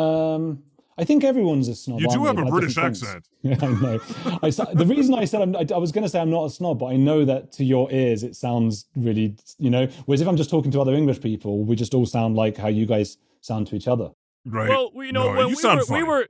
Speaker 3: um, I think everyone's a snob.
Speaker 5: You do have
Speaker 3: aren't they?
Speaker 5: a
Speaker 3: By
Speaker 5: British
Speaker 3: different things.
Speaker 5: accent.
Speaker 3: Yeah, I know. I, sa- the reason I said I'm, I, I was going to say I'm not a snob, but I know that to your ears it sounds really, you know. Whereas if I'm just talking to other English people, we just all sound like how you guys sound to each other.
Speaker 5: Right.
Speaker 6: Well, we- you know,
Speaker 5: No,
Speaker 6: when
Speaker 5: you
Speaker 6: we
Speaker 5: sound
Speaker 6: were, we
Speaker 5: fine.
Speaker 6: were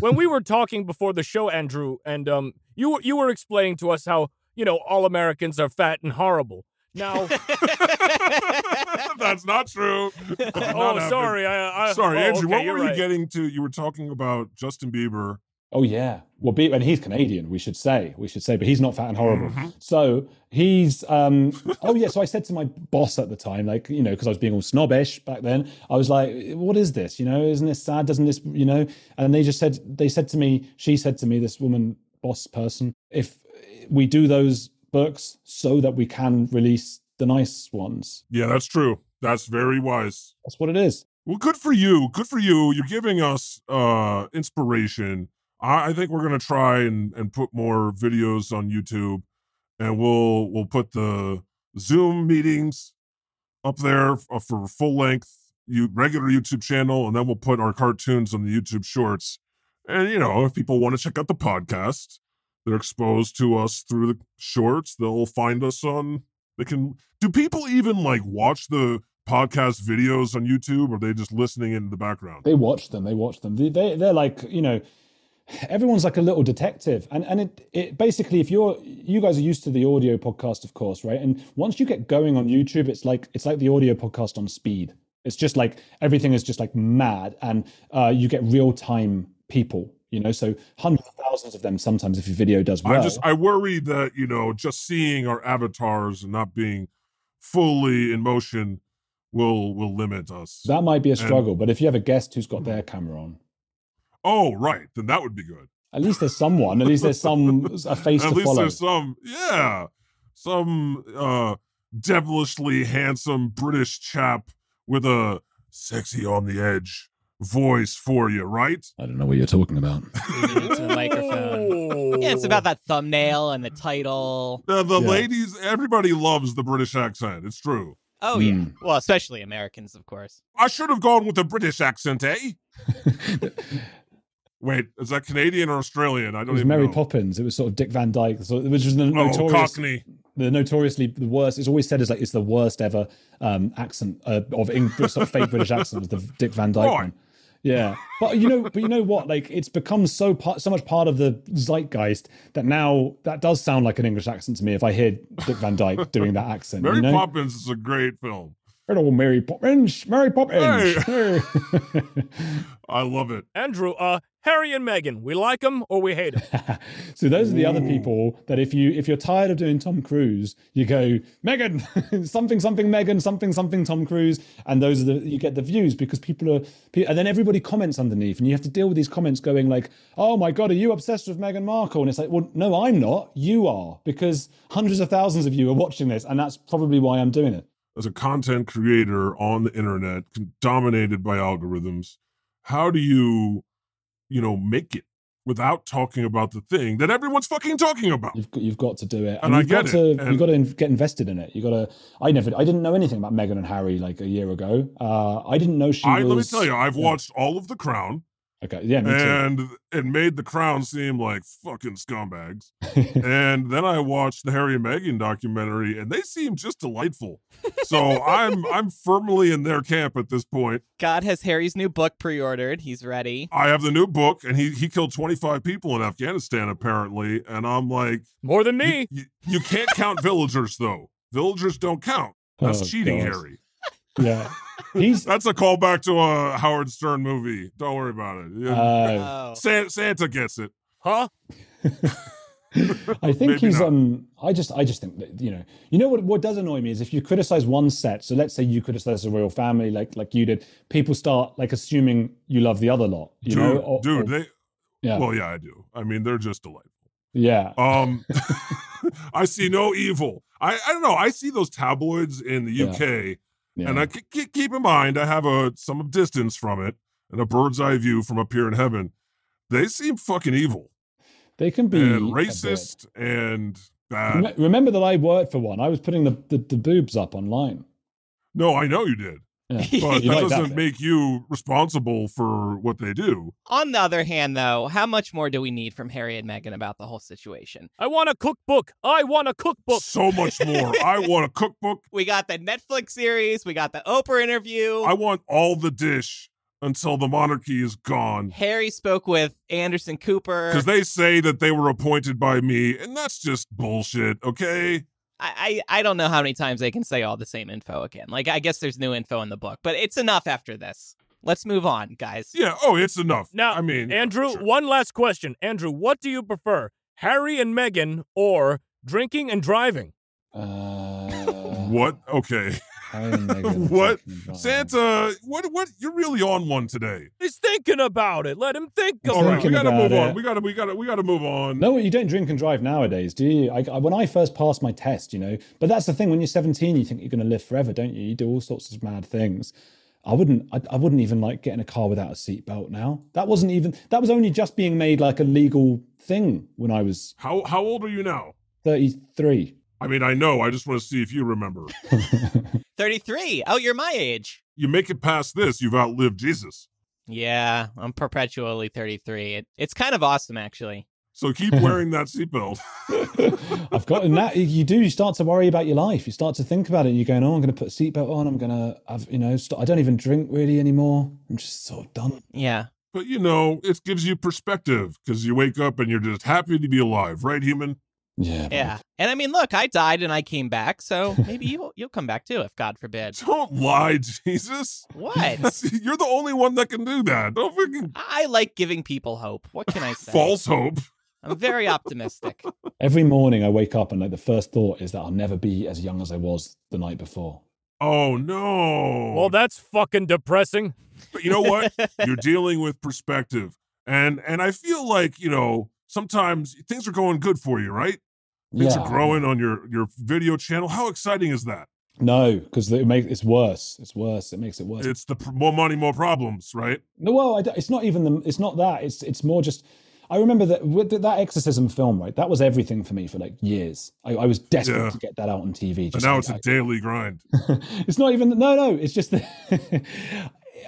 Speaker 6: when we were talking before the show, Andrew, and um, you were you were explaining to us how you know, all Americans are fat and horrible. Now, oh,
Speaker 5: That's not true. That did not
Speaker 6: oh,
Speaker 5: happen.
Speaker 6: sorry. I, I,
Speaker 5: Sorry,
Speaker 6: oh,
Speaker 5: Andrew.
Speaker 6: okay,
Speaker 5: what
Speaker 6: you're
Speaker 5: were you
Speaker 6: right.
Speaker 5: getting to? You were talking about Justin Bieber.
Speaker 3: Oh yeah. Well, be, and he's Canadian. We should say. We should say. But he's not fat and horrible.
Speaker 5: Mhm.
Speaker 3: So he's. um Oh yeah. So I said to my boss at the time, like you know, because I was being all snobbish back then. I was like, "What is this? You know, isn't this sad? Doesn't this, you know?" And they just said, they said to me, she said to me, this woman boss person, if we do those books so that we can release the nice ones,
Speaker 5: Yeah, that's true. That's very wise.
Speaker 3: that's what it is.
Speaker 5: Well, good for you. Good for you. You're giving us uh inspiration. I, I think we're gonna try and, and put more videos on YouTube, and we'll we'll put the Zoom meetings up there f- uh, for full length you regular YouTube channel, and then we'll put our cartoons on the YouTube Shorts. And you know, if people want to check out the podcast, they're exposed to us through the shorts. They'll find us on. They can. Do people even like watch the podcast videos on YouTube, or are they just listening in the background?
Speaker 3: They watch them. They watch them. They, they they're like you know, everyone's like a little detective. And and it it basically if you're you guys are used to the audio podcast, of course, right? And once you get going on YouTube, it's like it's like the audio podcast on speed. It's just like everything is just like mad, and uh, you get real time people. You know, so hundreds of thousands of them sometimes if your video does well.
Speaker 5: I just I worry that you know just seeing our avatars and not being fully in motion will will limit us.
Speaker 3: that might be a struggle, but if you have a guest who's got their camera on,
Speaker 5: oh right, then that would be good.
Speaker 3: at least there's someone. At least there's some a face
Speaker 5: At
Speaker 3: to
Speaker 5: least
Speaker 3: follow.
Speaker 5: there's some, yeah, some uh devilishly handsome British chap with a sexy on the edge voice for you, right?
Speaker 3: I don't know what you're talking about.
Speaker 7: Leaning into the microphone.
Speaker 4: Yeah, it's about that thumbnail and the title.
Speaker 5: The, the
Speaker 3: Yeah.
Speaker 5: ladies, everybody loves the British accent. It's true.
Speaker 4: Oh yeah.
Speaker 3: Hmm.
Speaker 4: Well, especially Americans, of course.
Speaker 5: I should have gone with the British accent, eh? Wait, is that Canadian or Australian? I
Speaker 3: It
Speaker 5: don't
Speaker 3: was
Speaker 5: even
Speaker 3: Mary
Speaker 5: know.
Speaker 3: Poppins. It was sort of Dick Van Dyke, so, which was the
Speaker 5: Oh,
Speaker 3: notorious,
Speaker 5: Cockney.
Speaker 3: the notoriously the worst. It's always said as like it's the worst ever um, accent uh, of Eng- sort of fake British accent was the Dick Van Dyke
Speaker 5: Right.
Speaker 3: one. Yeah, but you know, but you know what? Like it's become so part, so much part of the zeitgeist that now that does sound like an English accent to me if I hear Dick Van Dyke doing that accent.
Speaker 5: Mary
Speaker 3: you know?
Speaker 5: Poppins is a great film.
Speaker 3: Hello, Mary Poppins. Mary Poppins. Hey.
Speaker 5: I love it.
Speaker 6: Andrew, uh, Harry and Meghan, we like them or we hate them.
Speaker 3: so those are the other
Speaker 5: Ooh.
Speaker 3: people that if you if you're tired of doing Tom Cruise, you go Megan something something Megan something something Tom Cruise, and those are the you get the views because people are pe- and then everybody comments underneath, and you have to deal with these comments going like, oh my god, are you obsessed with Meghan Markle? And it's like, well, no, I'm not. You are because hundreds of thousands of you are watching this, and that's probably why I'm doing it.
Speaker 5: as a content creator on the internet con- dominated by algorithms how do you you know make it without talking about the thing that everyone's fucking talking about
Speaker 3: You've got, you've got to do it,
Speaker 5: And I
Speaker 3: you've got
Speaker 5: get
Speaker 3: to
Speaker 5: it, and-
Speaker 3: you've got to in- get invested in it. You got to. I never, I didn't know anything about Meghan and Harry like a year ago. Uh, I didn't know she
Speaker 5: I,
Speaker 3: was.
Speaker 5: let me tell you i've
Speaker 3: yeah.
Speaker 5: watched all of the crown
Speaker 3: Okay, yeah, me too.
Speaker 5: and it made the crown seem like fucking scumbags and then i watched the harry and meghan documentary and they seem just delightful so i'm i'm firmly in their camp at this point
Speaker 4: God has Harry's new book pre-ordered. He's ready.
Speaker 5: i have the new book and he he killed 25 people in afghanistan apparently and i'm like
Speaker 6: More than me.
Speaker 5: You, you can't count villagers though. Villagers don't count. That's
Speaker 3: Oh,
Speaker 5: cheating,
Speaker 3: God.
Speaker 5: Harry.
Speaker 3: Yeah, he's.
Speaker 5: That's a callback to a Howard Stern movie. Don't worry about it. Yeah.
Speaker 3: Uh,
Speaker 4: Oh.
Speaker 5: San- Santa gets it.
Speaker 6: Huh?
Speaker 3: I think
Speaker 5: Maybe
Speaker 3: he's.
Speaker 5: not.
Speaker 3: Um, I just, I just think that you know, you know what, what does annoy me is if you criticize one set. So let's say you criticize the royal family, like like you did. People start like assuming you love the other lot. You
Speaker 5: dude,
Speaker 3: know, or-
Speaker 5: dude,
Speaker 3: or-
Speaker 5: they
Speaker 3: yeah,
Speaker 5: well, yeah, I do. I mean, they're just delightful.
Speaker 3: yeah.
Speaker 5: Um I see no evil. I, I don't know. I see those tabloids in the
Speaker 3: Yeah.
Speaker 5: UK,
Speaker 3: yeah.
Speaker 5: and I ke- ke- keep in mind I have a some distance from it and a bird's eye view from up here in heaven. They seem fucking evil
Speaker 3: they can be
Speaker 5: and
Speaker 3: a bit-
Speaker 5: racist and bad.
Speaker 3: Rem- Remember that I worked for one. I was putting the, the, the boobs up online.
Speaker 5: No, I know you did.
Speaker 3: Yeah.
Speaker 5: But
Speaker 3: You
Speaker 5: that
Speaker 3: like that
Speaker 5: doesn't
Speaker 3: bit.
Speaker 5: make you responsible for what they do.
Speaker 4: On the other hand, though, how much more do we need from Harry and Meghan about the whole situation?
Speaker 6: I want a cookbook. I want a cookbook.
Speaker 5: So much more. I want a cookbook.
Speaker 3: Oh.
Speaker 4: We got the Netflix series. We got the Oprah interview.
Speaker 5: I want all the dish. until the monarchy is gone.
Speaker 4: Harry spoke with Anderson Cooper.
Speaker 5: Because they say that they were appointed by me, and that's just bullshit, okay?
Speaker 4: I, I I don't know how many times they can say all the same info again. Like I guess there's new info in the book, but it's enough after this. Let's move on, guys.
Speaker 5: Yeah, oh, it's enough.
Speaker 6: Now,
Speaker 5: I mean,
Speaker 6: Andrew,
Speaker 5: sure.
Speaker 6: one last question. Andrew, what do you prefer, Harry and Meghan or drinking and driving?
Speaker 3: Uh,
Speaker 5: What? Okay.
Speaker 3: Harry and Meghan
Speaker 5: What?
Speaker 3: fucking driving.
Speaker 5: Santa, what, what? You're really on one today.
Speaker 6: He's thinking about it. Let him think
Speaker 3: He's
Speaker 5: All right,
Speaker 6: about
Speaker 5: we
Speaker 6: it.
Speaker 3: thinking
Speaker 5: gotta
Speaker 3: about
Speaker 5: move on.
Speaker 3: it.
Speaker 5: We gotta, we gotta, we gotta move on.
Speaker 3: No, you don't drink and drive nowadays, do you? I, I- when I first passed my test, you know, but that's the thing. When you're 17, you think you're going to live forever, don't you? You do all sorts of mad things. I wouldn't. I, I wouldn't even like get in a car without a seatbelt now. That wasn't even. That was only just being made like a legal thing when I was
Speaker 5: How, how old are you now?
Speaker 3: 33.
Speaker 5: I mean, I know. I just want to see if you remember.
Speaker 4: 33. Oh, you're my age.
Speaker 5: you make it past this, you've outlived Jesus.
Speaker 4: Yeah, I'm perpetually 33. It, it's kind of awesome, actually.
Speaker 5: So keep wearing that seatbelt.
Speaker 3: I've gotten that. You do. You start to worry about your life. You start to think about it. You're going, oh, I'm going to put a seatbelt on. I'm going to have, you know, st- I don't even drink really anymore. I'm just sort of done.
Speaker 4: Yeah.
Speaker 5: But you know, it gives you perspective because you wake up and you're just happy to be alive, right, human?
Speaker 3: Yeah.
Speaker 4: Yeah. And I mean, look, I died and I came back, so maybe you you'll come back too if God forbid.
Speaker 5: Don't lie, Jesus.
Speaker 4: What?
Speaker 5: You're the only one that can do that. Don't freaking
Speaker 4: I like giving people hope. What can I say?
Speaker 5: false hope.
Speaker 4: I'm very optimistic.
Speaker 3: Every morning I wake up and like the first thought is that I'll never be as young as I was the night before.
Speaker 5: Oh no.
Speaker 6: Well, that's fucking depressing.
Speaker 5: but you know what? You're dealing with perspective. And and I feel like, you know, sometimes things are going good for you, right? Things are growing on your your video channel. How exciting is that?
Speaker 3: No, because it makes it's worse. It's worse. It makes it worse.
Speaker 5: It's the pr- more money, more problems, right?
Speaker 3: No, well, I d it's not even the. It's not that. It's it's more just. I remember that with th- that exorcism film, right? That was everything for me for like years. I, I was desperate
Speaker 5: Yeah.
Speaker 3: to get that out on TV.
Speaker 5: And
Speaker 3: just
Speaker 5: now
Speaker 3: like,
Speaker 5: it's
Speaker 3: I-
Speaker 5: a daily grind.
Speaker 3: it's not even no no it's just that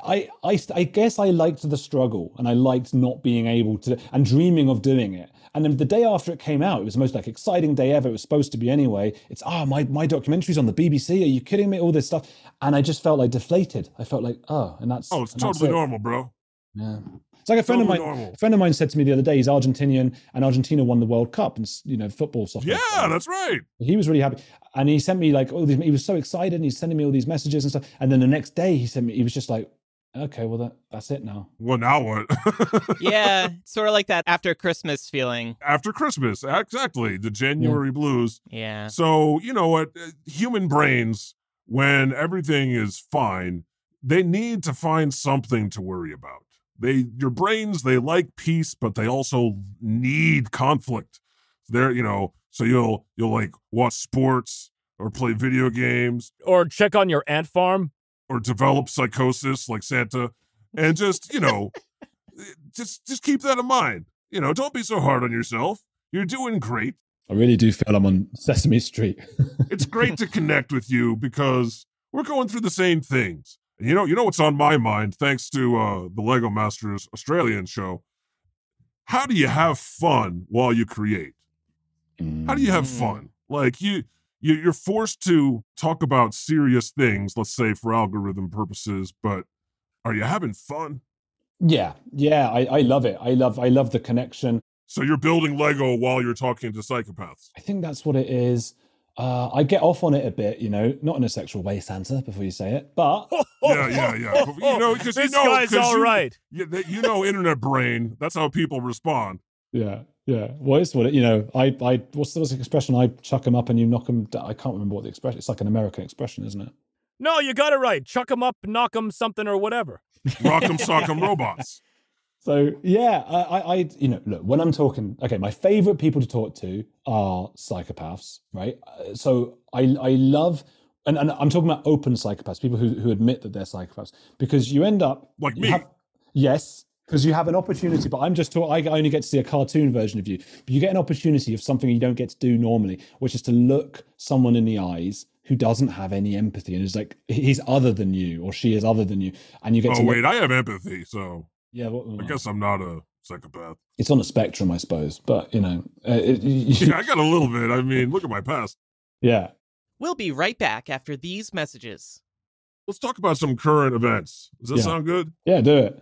Speaker 3: I, I st- I guess i liked the struggle and i liked not being able to and dreaming of doing it and then the day after it came out it was the most like exciting day ever it was supposed to be anyway it's ah my, my documentary's on the bbc are you kidding me all this stuff and i just felt like deflated i felt like oh and that's
Speaker 5: Oh, it's
Speaker 3: and that's
Speaker 5: totally
Speaker 3: it.
Speaker 5: normal, bro.
Speaker 3: Yeah. It's like a friend
Speaker 5: Totally
Speaker 3: of mine.
Speaker 5: normal.
Speaker 3: A friend of mine said to me the other day, he's Argentinian, and Argentina won the World Cup, and s- you know football, soccer.
Speaker 5: Yeah, that's right.
Speaker 3: He was really happy, and he sent me like all these. He was so excited, and he's sending me all these messages and stuff. And then the next day, he sent me. He was just like, "Okay, well that that's it now."
Speaker 5: Well, now what?
Speaker 4: Yeah, sort of like that after Christmas feeling.
Speaker 5: After Christmas, exactly. The January blues.
Speaker 4: Yeah.
Speaker 5: So, you know what? uh, Human brains, when everything is fine, they need to find something to worry about. They your brains, they like peace, but they also need conflict. They're, you know, so you'll you'll like watch sports or play video games
Speaker 6: Or check on your ant farm.
Speaker 5: or develop psychosis like Santa, and just you know, eh, just just keep that in mind. You know, don't be so hard on yourself. You're doing great.
Speaker 3: I really do feel I'm on Sesame Street.
Speaker 5: It's great to connect with you because we're going through the same things. And you know, you know what's on my mind, thanks to uh, the Lego Masters Australian show. How do you have fun while you create? how do you have
Speaker 6: Hmm.
Speaker 4: Mm.
Speaker 5: fun like you you- you're forced to talk about serious things let's say for algorithm purposes but are you having fun
Speaker 3: Yeah, yeah, I, I love it. I love I love the connection.
Speaker 5: so you're building lego while you're talking to psychopaths
Speaker 3: I think that's what it is. Uh, I get off on it a bit, you know, not in a sexual way, Santa, before you say it, but
Speaker 5: Yeah, yeah, yeah. But you know, 'cause
Speaker 6: Oh, this
Speaker 5: you know,
Speaker 6: guy's
Speaker 5: 'cause
Speaker 6: all
Speaker 5: you-
Speaker 6: right.
Speaker 5: you, that- you know internet brain that's how people respond
Speaker 3: Yeah, yeah. Well, it's what it, you know. I, I, what's the, what's the expression? I chuck them up and you knock them. Down. I can't remember what the expression. It's like an American expression, isn't it?
Speaker 6: No, you got it right. Chuck him up, knock him something or whatever.
Speaker 5: rock 'em sock 'em robots
Speaker 3: So yeah, I, I, I, you know, look. When I'm talking, okay, my favorite people to talk to are psychopaths, right? Uh, So I, I love, and, and I'm talking about open psychopaths, people who who admit that they're psychopaths, because you end up
Speaker 5: like
Speaker 3: you
Speaker 5: me
Speaker 3: have- yes, because you have an opportunity. But I'm just talking. I only get to see a cartoon version of you. But you get an opportunity of something you don't get to do normally, which is to look someone in the eyes who doesn't have any empathy and is like he's other than you or she is other than you, and you get
Speaker 5: oh
Speaker 3: to look-
Speaker 5: wait i have empathy so
Speaker 3: yeah. What,
Speaker 5: i guess i'm not a psychopath
Speaker 3: it's on a spectrum, I suppose. But you know, uh, it,
Speaker 5: yeah i got a little bit i mean look at my past
Speaker 3: yeah.
Speaker 4: We'll be right back after these messages.
Speaker 5: Let's talk about some current events. Does that
Speaker 3: Yeah.
Speaker 5: sound good?
Speaker 3: Yeah, do it.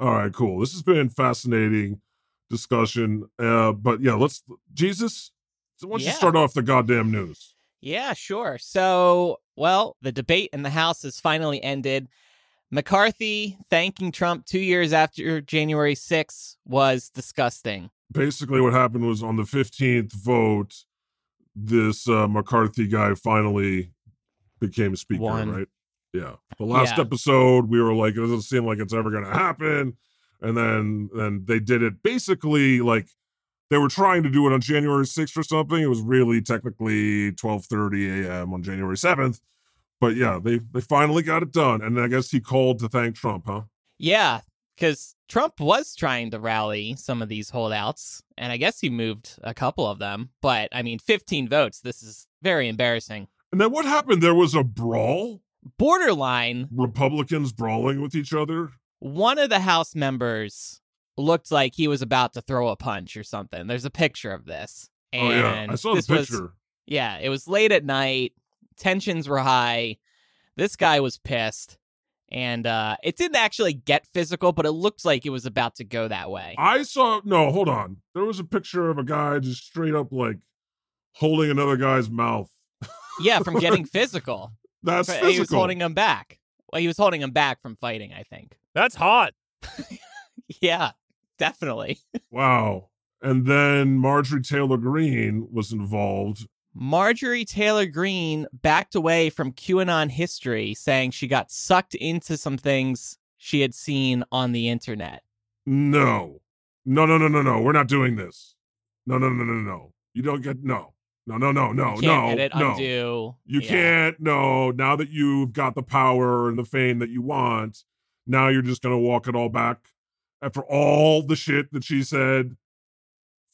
Speaker 5: All right, cool. This has been fascinating discussion. Uh, but yeah, let's Jesus. So why don't
Speaker 4: Yeah.
Speaker 5: you start off the goddamn news?
Speaker 4: Yeah, sure. So, well, the debate in the House has finally ended. McCarthy thanking Trump two years after January 6th was disgusting.
Speaker 5: Basically, what happened was on the fifteenth vote, this uh, McCarthy guy finally became speaker.
Speaker 7: Won.
Speaker 5: Right? Yeah. The last
Speaker 4: Yeah.
Speaker 5: episode, we were like, it doesn't seem like it's ever going to happen, and then then they did it. Basically, like they were trying to do it on January sixth or something. It was really technically twelve thirty a.m. on January seventh. But yeah, they they finally got it done, and I guess he called to thank Trump, huh?
Speaker 4: Yeah, because Trump was trying to rally some of these holdouts, and I guess he moved a couple of them. But I mean, 15 votes. This is very embarrassing.
Speaker 5: And then what happened? There was a brawl.
Speaker 4: Borderline,
Speaker 5: Republicans brawling with each other.
Speaker 4: one of the House members looked like he was about to throw a punch or something. There's a picture of this. And
Speaker 5: oh yeah, I saw the
Speaker 4: this was-
Speaker 5: picture.
Speaker 4: Yeah, it was late at night. Tensions were high. This guy was pissed. And uh, it didn't actually get physical, but it looked like it was about to go that way.
Speaker 5: I saw no. Hold on. There was a picture of a guy just straight up like holding another guy's mouth.
Speaker 4: Yeah, from getting physical.
Speaker 5: That's
Speaker 4: But
Speaker 5: physical.
Speaker 4: He was holding him back. Well, he was holding him back from fighting, I think.
Speaker 6: That's hot.
Speaker 4: Yeah, definitely.
Speaker 5: wow. And then Marjorie Taylor Greene was involved.
Speaker 4: Marjorie Taylor Greene backed away from QAnon history, saying she got sucked into some things she had seen on the internet.
Speaker 5: No, no, no, no, no, no. We're not doing this. No, no, no, no, no. You don't get no, no, no, no, no,
Speaker 4: you
Speaker 5: Oh, no,
Speaker 4: can't edit,
Speaker 5: no.
Speaker 4: undo.
Speaker 5: You
Speaker 4: Yeah.
Speaker 5: can't. No, now that you've got the power and the fame that you want, now you're just going to walk it all back after all the shit that she said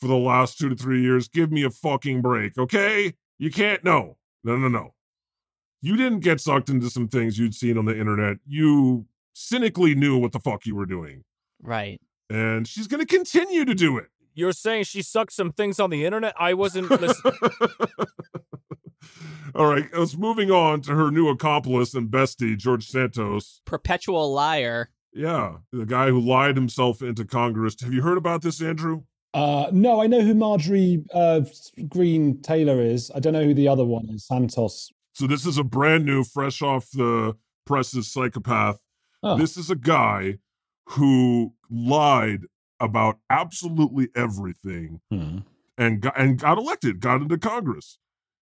Speaker 5: for the last two to three years. Give me a fucking break, okay? You can't. No, no, no, no. You didn't get sucked into some things you'd seen on the internet. You cynically knew what the fuck you were doing.
Speaker 4: Right.
Speaker 5: And she's going to continue to do it.
Speaker 6: You're saying she sucked some things on the internet? I wasn't listening.
Speaker 5: All right, let's moving on to her new accomplice and bestie, George Santos.
Speaker 4: Perpetual liar.
Speaker 5: Yeah, the guy who lied himself into Congress. Have you heard about this, Andrew?
Speaker 3: Uh, no, I know who Marjorie uh, Green Taylor is. I don't know who the other one is. Santos.
Speaker 5: So this is a brand new, fresh off the presses psychopath.
Speaker 3: Oh.
Speaker 5: This is a guy who lied about absolutely everything
Speaker 3: Hmm.
Speaker 5: and got, and got elected, got into Congress.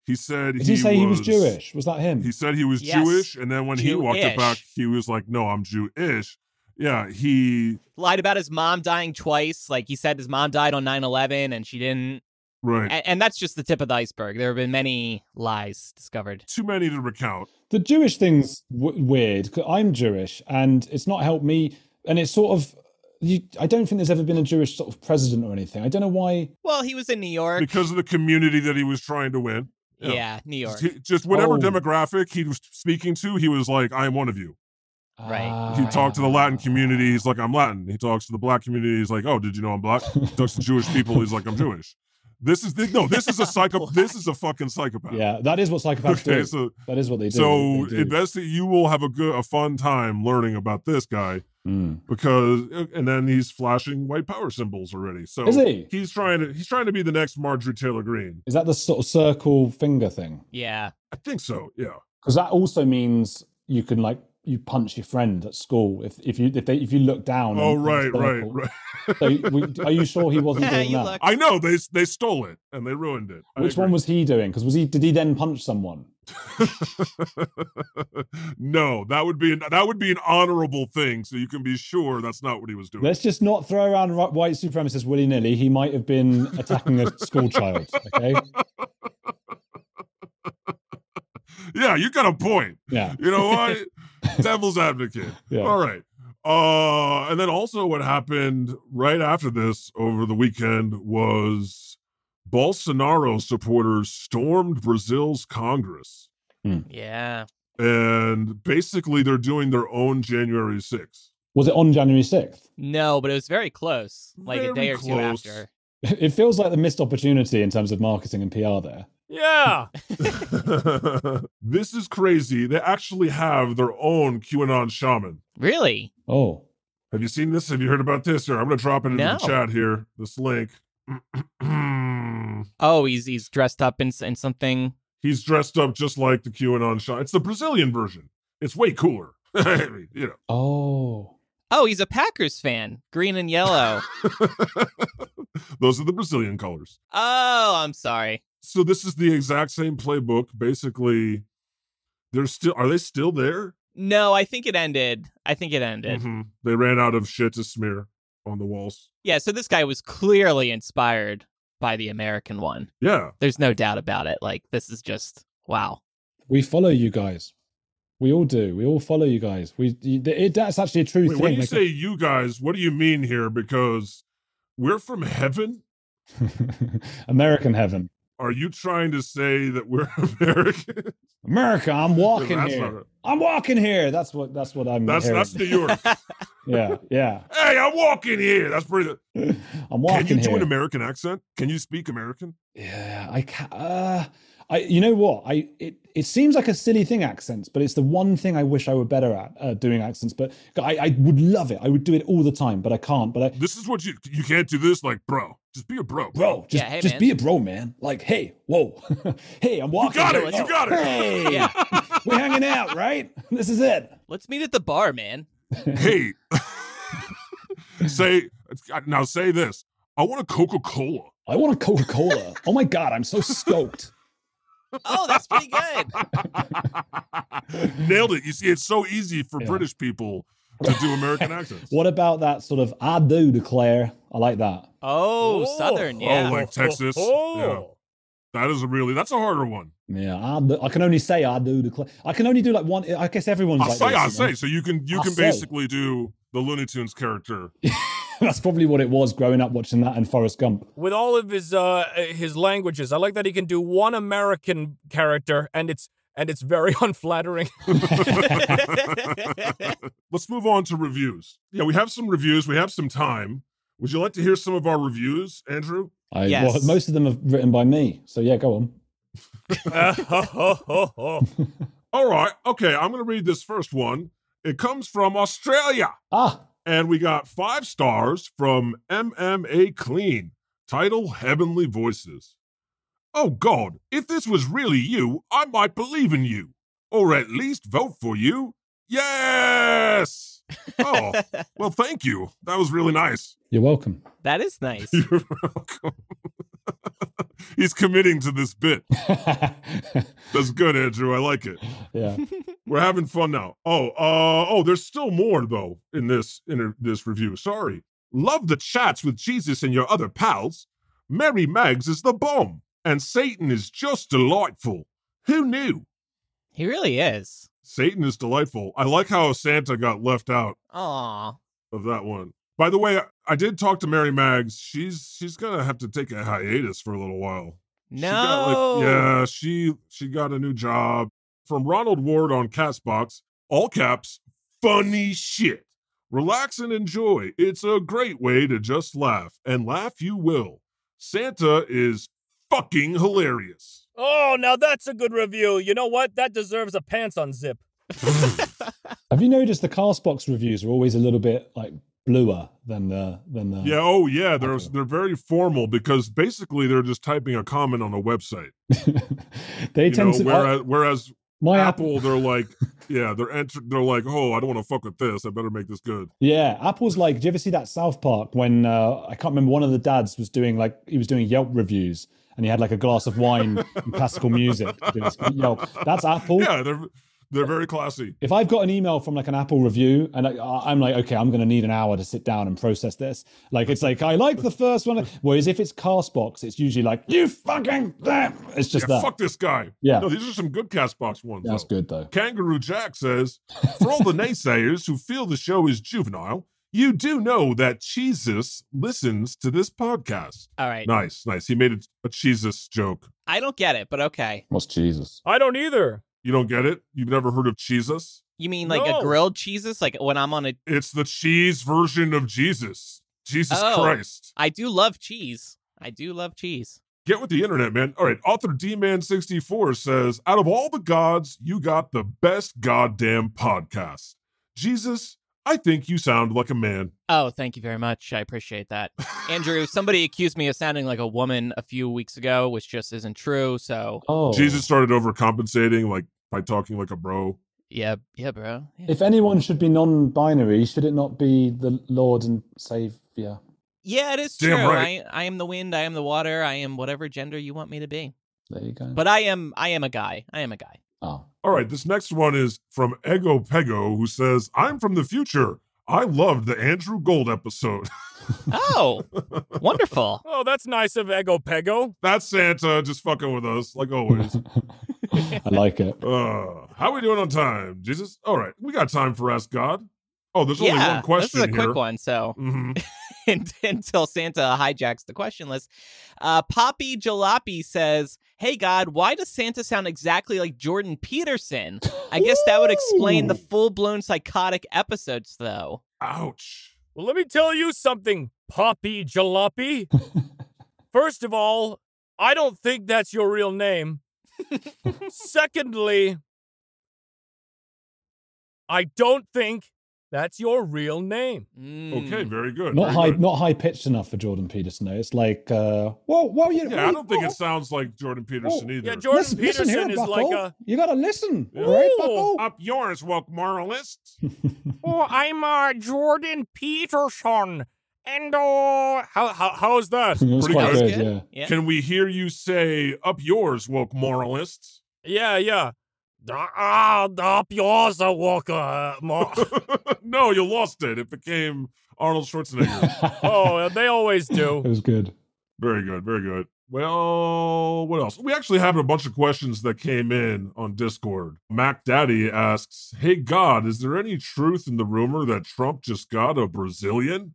Speaker 5: He said
Speaker 3: Did he, say he was
Speaker 5: was
Speaker 3: Jewish? Was that him?
Speaker 5: He said he was
Speaker 4: Yes.
Speaker 5: Jewish, and then when he walked it back,
Speaker 4: Jewish.
Speaker 5: he was like, "No, I'm Jewish." Yeah, he
Speaker 4: Lied about his mom dying twice. Like he said his mom died on 9 11 and she didn't.
Speaker 5: right.
Speaker 4: And, and that's just the tip of the iceberg. There have been many lies discovered.
Speaker 5: Too many to recount.
Speaker 3: the Jewish thing's w- weird. 'cause I'm Jewish, and it's not helped me. And it's sort of, you, I don't think there's ever been a Jewish sort of president or anything. I don't know why.
Speaker 4: Well, he was in New York.
Speaker 5: because of the community that he was trying to win.
Speaker 4: yeah.
Speaker 5: yeah.
Speaker 4: New York.
Speaker 5: He- just whatever
Speaker 3: Oh.
Speaker 5: demographic he was speaking to, he was like, "I am one of you."
Speaker 4: Right.
Speaker 5: He
Speaker 3: Ah.
Speaker 5: talked to the Latin community. He's like, "I'm Latin." He talks to the Black community. He's like, "Oh, did you know I'm Black?" He talks to Jewish people. He's like, "I'm Jewish." This is the, no. This is a psycho. this is a fucking psychopath.
Speaker 3: Yeah, that is what psychopaths
Speaker 5: Okay,
Speaker 3: do.
Speaker 5: so
Speaker 3: that is what they do.
Speaker 5: so
Speaker 3: They do.
Speaker 5: investigate. You will have a good, a fun time learning about this guy
Speaker 3: Hmm.
Speaker 5: because, and then he's flashing white power symbols already. So
Speaker 3: Is he?
Speaker 5: He's trying to. He's trying to be the next Marjorie Taylor Greene.
Speaker 3: Is that the sort of circle finger thing?
Speaker 4: yeah.
Speaker 5: I think so. Yeah.
Speaker 3: Because that also means you can like you punch your friend at school if if you if they if you look down.
Speaker 5: Oh
Speaker 3: and-
Speaker 5: right,
Speaker 3: and
Speaker 5: right,
Speaker 3: circle.
Speaker 5: right.
Speaker 3: So we, are you sure he wasn't
Speaker 4: Yeah,
Speaker 3: doing
Speaker 4: you
Speaker 3: that?
Speaker 4: look.
Speaker 5: I know they they stole it and they ruined it. I
Speaker 3: Which one
Speaker 5: agree.
Speaker 3: was he doing? Because was he did he then punch someone?
Speaker 5: no, that would be an, that would be an honorable thing. So you can be sure that's not what he was doing.
Speaker 3: Let's just not throw around ri- white supremacists willy nilly. He might have been attacking a school child. Okay,
Speaker 5: yeah, you got a point.
Speaker 3: yeah,
Speaker 5: You know what? Devil's advocate.
Speaker 3: yeah.
Speaker 5: All right. Uh, and then also what happened right after this over the weekend was Bolsonaro supporters stormed Brazil's Congress,
Speaker 4: Yeah.
Speaker 5: and basically they're doing their own January 6th.
Speaker 3: Was it on January sixth?
Speaker 4: No, but it was very close. Like a
Speaker 5: Very
Speaker 4: day or two
Speaker 5: close.
Speaker 4: after.
Speaker 3: It feels like the missed opportunity in terms of marketing and PR there.
Speaker 6: Yeah.
Speaker 5: this is crazy. They actually have their own QAnon shaman.
Speaker 4: Really?
Speaker 3: Oh,
Speaker 5: Have you seen this? Have you heard about this? Here, I'm going to drop it into
Speaker 4: No.
Speaker 5: the chat here. This link.
Speaker 4: Oh, he's he's dressed up in s- in something.
Speaker 5: He's dressed up just like the QAnon shaman. It's the Brazilian version. It's way cooler. I mean, you know.
Speaker 3: oh,
Speaker 4: Oh, he's a Packers fan, green and yellow.
Speaker 5: Those are the Brazilian colors.
Speaker 4: oh, I'm sorry.
Speaker 5: So this is the exact same playbook. Basically, they're still are they still there?
Speaker 4: No, I think it ended. I think it ended.
Speaker 5: Mhm. They ran out of shit to smear on the walls.
Speaker 4: Yeah, so this guy was clearly inspired by the American one.
Speaker 5: Yeah.
Speaker 4: There's no doubt about it. Like this is just wow.
Speaker 3: we follow you guys. We all do. We all follow you guys. We you- it, that's actually a true
Speaker 5: Wait,
Speaker 3: thing.
Speaker 5: when you
Speaker 3: Like-
Speaker 5: say you guys, what do you mean here? Because we're from heaven.
Speaker 3: American heaven,
Speaker 5: Are you trying to say that we're American?
Speaker 3: America. I'm walking
Speaker 5: that's
Speaker 3: here.
Speaker 5: not-
Speaker 3: I'm walking here. That's what. That's what I'm.
Speaker 5: that's
Speaker 3: hearing.
Speaker 5: that's New York.
Speaker 3: yeah, yeah.
Speaker 5: hey, I'm walking here. That's pretty.
Speaker 3: I'm walking
Speaker 5: Can you do
Speaker 3: here.
Speaker 5: an American accent? Can you speak American?
Speaker 3: Yeah, I can't. Uh, I you know what? I it it seems like a silly thing accents, but it's the one thing I wish I were better at uh, doing accents. But I, I would love it. I would do it all the time, but I can't. But I,
Speaker 5: This is what you you can't do. This like bro, just be a bro.
Speaker 3: bro, just
Speaker 4: Yeah, hey,
Speaker 3: just
Speaker 4: man.
Speaker 3: be a bro, man. Like, hey, whoa, hey, I'm
Speaker 5: You
Speaker 3: walking.
Speaker 5: got
Speaker 3: here.
Speaker 5: it. You got it.
Speaker 3: Hey,
Speaker 4: Yeah.
Speaker 3: we're hanging out, right? This is it.
Speaker 4: Let's meet at the bar, man.
Speaker 5: hey, say uh, now say this. I want a Coca Cola.
Speaker 3: I want a Coca Cola. oh my god, I'm so stoked.
Speaker 4: Oh, that's pretty good.
Speaker 5: Nailed it. You see, it's so easy for
Speaker 3: Yeah.
Speaker 5: British people to do American accents.
Speaker 3: What about that sort of I do declare? I like that.
Speaker 4: Oh, southern, yeah.
Speaker 5: Oh, like Texas.
Speaker 6: Oh.
Speaker 5: That is a really that's a harder one.
Speaker 3: Yeah, I, do- I can only say I do declare. I can only do like one. I guess everyone's
Speaker 5: I
Speaker 3: like
Speaker 5: say,
Speaker 3: this,
Speaker 5: I
Speaker 3: you know?
Speaker 5: say. So you can you
Speaker 3: I
Speaker 5: can
Speaker 3: say.
Speaker 5: basically do the Looney Tunes character.
Speaker 3: That's probably what it was growing up watching that and Forrest Gump.
Speaker 6: With all of his uh his languages, I like that he can do one American character, and it's and it's very unflattering.
Speaker 5: Let's move on to reviews. Yeah, we have some reviews. We have some time. Would you like to hear some of our reviews, Andrew?
Speaker 3: I,
Speaker 4: Yes.
Speaker 3: well, most of them are written by me. So yeah, go on.
Speaker 5: All right. Okay. I'm going to read this first one. It comes from Australia.
Speaker 3: Ah,
Speaker 5: And we got five stars from MMA Clean. Title Heavenly Voices. Oh, God. If this was really you, I might believe in you. Or at least vote for you. Yes. Oh, well, thank you. That was really nice.
Speaker 3: you're welcome.
Speaker 4: that is nice.
Speaker 5: You're welcome. He's committing to this bit.
Speaker 3: yeah.
Speaker 5: That's good, Andrew. I like it. We're having fun now. Oh, uh, oh, there's still more though in this in this review. Sorry. Love the chats with Jesus and your other pals. Mary Mags is the bomb, and Satan is just delightful. Who knew?
Speaker 4: He really is.
Speaker 5: Satan is delightful. I like how Santa got left out
Speaker 4: Aw.
Speaker 5: of that one. By the way, I did talk to Mary Mags. She's she's gonna have to take a hiatus for a little while. She got, like-
Speaker 4: No.
Speaker 5: yeah, she she got a new job from Ronald Ward on Castbox. All caps, funny shit. Relax and enjoy. It's a great way to just laugh, and laugh you will. Santa is fucking hilarious.
Speaker 6: oh, now that's a good review. You know what? That deserves a pants on zip.
Speaker 3: Have you noticed the Castbox reviews are always a little bit like bluer than the than the
Speaker 5: Yeah, oh yeah, they're
Speaker 3: Okay.
Speaker 5: they're very formal because basically they're just typing a comment on a website.
Speaker 3: they
Speaker 5: You
Speaker 3: tend
Speaker 5: know,
Speaker 3: to uh,
Speaker 5: whereas, whereas
Speaker 3: my
Speaker 5: Apple,
Speaker 3: Apple
Speaker 5: they're like, yeah, they're enter- they're like, oh, I don't want to fuck with this. I better make this good.
Speaker 3: Yeah, Apple's like, do you ever see that South Park when uh, I can't remember one of the dads was doing like he was doing Yelp reviews and he had like a glass of wine and classical music. to do his Yelp. That's Apple.
Speaker 5: Yeah, they're they're very classy.
Speaker 3: if I've got an email from like an Apple review and I, I- I'm like, okay, I'm going to need an hour to sit down and process this. Like, it's like, I like the first one. Whereas if it's Castbox, it's usually like, you fucking, it's just
Speaker 5: yeah,
Speaker 3: that.
Speaker 5: fuck this guy.
Speaker 3: Yeah.
Speaker 5: No, these are some good Castbox ones.
Speaker 3: That's
Speaker 5: though.
Speaker 3: good though.
Speaker 5: Kangaroo Jack says, for all the naysayers who feel the show is juvenile, you do know that Jesus listens to this podcast.
Speaker 4: All right.
Speaker 5: Nice, nice. He made a, a Jesus joke.
Speaker 4: I don't get it, but okay.
Speaker 3: What's Jesus?
Speaker 6: I don't either.
Speaker 5: You don't get it? You've never heard of Jesus?
Speaker 4: You mean like
Speaker 6: No.
Speaker 4: a grilled cheeses? Like when I'm on a
Speaker 5: It's the cheese version of Jesus. Jesus
Speaker 4: Oh.
Speaker 5: Christ.
Speaker 4: I do love cheese. I do love cheese.
Speaker 5: Get with the internet, man. All right. Author D Man 64 says Out of all the gods, you got the best goddamn podcast. Jesus, I think you sound like a man.
Speaker 4: Oh, thank you very much. I appreciate that. Andrew, somebody accused me of sounding like a woman a few weeks ago, which just isn't true. So,
Speaker 3: Oh,
Speaker 5: Jesus started overcompensating, like by talking like a bro.
Speaker 4: yeah, yeah, bro. Yeah.
Speaker 3: If anyone should be non-binary, should it not be the Lord and Savior?
Speaker 4: Yeah, it is true.
Speaker 5: Damn right.
Speaker 4: I, I am the wind. I am the water. I am whatever gender you want me to be.
Speaker 3: There you go.
Speaker 4: But I am, I am a guy. I am a guy.
Speaker 3: oh,
Speaker 5: All right, this next one is from Ego Pego, who says, I'm from the future. I loved the Andrew Gold episode.
Speaker 4: Oh, wonderful.
Speaker 6: Oh, that's nice of Ego Pego.
Speaker 5: That's Santa just fucking with us, like always.
Speaker 3: I like it.
Speaker 5: Uh, how we doing on time, Jesus? All right, we got time for Ask God. Oh, there's only
Speaker 4: yeah,
Speaker 5: one question
Speaker 4: this is a
Speaker 5: here.
Speaker 4: quick one. So,
Speaker 5: Mhm.
Speaker 4: until Santa hijacks the question list, uh, Poppy Jalopy says, "Hey God, why does Santa sound exactly like Jordan Peterson? I guess that would explain the
Speaker 3: Ooh.
Speaker 4: full-blown psychotic episodes, though."
Speaker 5: Ouch.
Speaker 6: Well, let me tell you something, Poppy Jalopy. First of all, I don't think that's your real name. Secondly, I don't think that's your real name. Hmm.
Speaker 5: Okay,
Speaker 4: Mm.
Speaker 5: very good.
Speaker 3: Not
Speaker 5: very
Speaker 3: high,
Speaker 5: good.
Speaker 3: not high pitched enough for Jordan Peterson. Though. It's like, uh, whoa, whoa, you.
Speaker 5: Yeah, I don't think it sounds like Jordan
Speaker 3: Oh.
Speaker 5: Peterson either.
Speaker 6: Yeah, Jordan
Speaker 3: listen,
Speaker 6: Peterson
Speaker 3: listen here,
Speaker 6: is
Speaker 3: Buckle.
Speaker 6: like a.
Speaker 3: You gotta listen,
Speaker 5: Yeah.
Speaker 3: right,
Speaker 6: Ooh.
Speaker 3: Buckle?
Speaker 5: Up yours, woke moralists.
Speaker 6: Oh, I'm uh, Jordan Peterson, and uh, how how how's that?
Speaker 3: It was
Speaker 5: pretty
Speaker 3: quite
Speaker 5: good.
Speaker 3: good,
Speaker 4: That was
Speaker 3: yeah.
Speaker 4: Yeah.
Speaker 5: Can we hear you say "up yours, woke moralists"?
Speaker 6: Yeah, yeah. Ah, up yours, uh, Walker. Mo-
Speaker 5: no, you lost it. It became Arnold Schwarzenegger.
Speaker 6: oh, they always do.
Speaker 3: it was good.
Speaker 5: very good, very good. Well, what else? We actually have a bunch of questions that came in on Discord. Mac Daddy asks, "Hey God, is there any truth in the rumor that Trump just got a Brazilian?"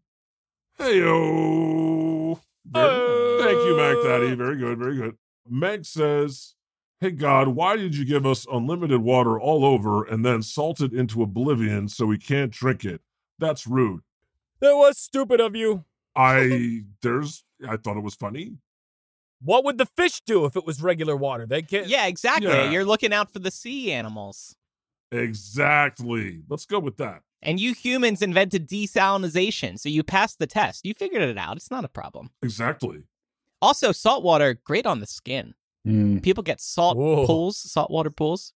Speaker 5: Heyo. Very- Thank you, Mac Daddy. Very good, very good. Meg says, Hey God, why did you give us unlimited water all over and then salt it into oblivion so we can't drink it? That's rude.
Speaker 6: That was stupid of you.
Speaker 5: I there's I thought it was funny.
Speaker 6: What would the fish do if it was regular water? They can't.
Speaker 4: Yeah, exactly.
Speaker 5: Yeah.
Speaker 4: You're looking out for the sea animals.
Speaker 5: Exactly. Let's go with that.
Speaker 4: And you humans invented desalinization, so you passed the test. You figured it out. It's not a problem.
Speaker 5: Exactly.
Speaker 4: Also, salt water great on the skin.
Speaker 3: Mm.
Speaker 4: People get salt
Speaker 6: Whoa.
Speaker 4: pools, saltwater pools.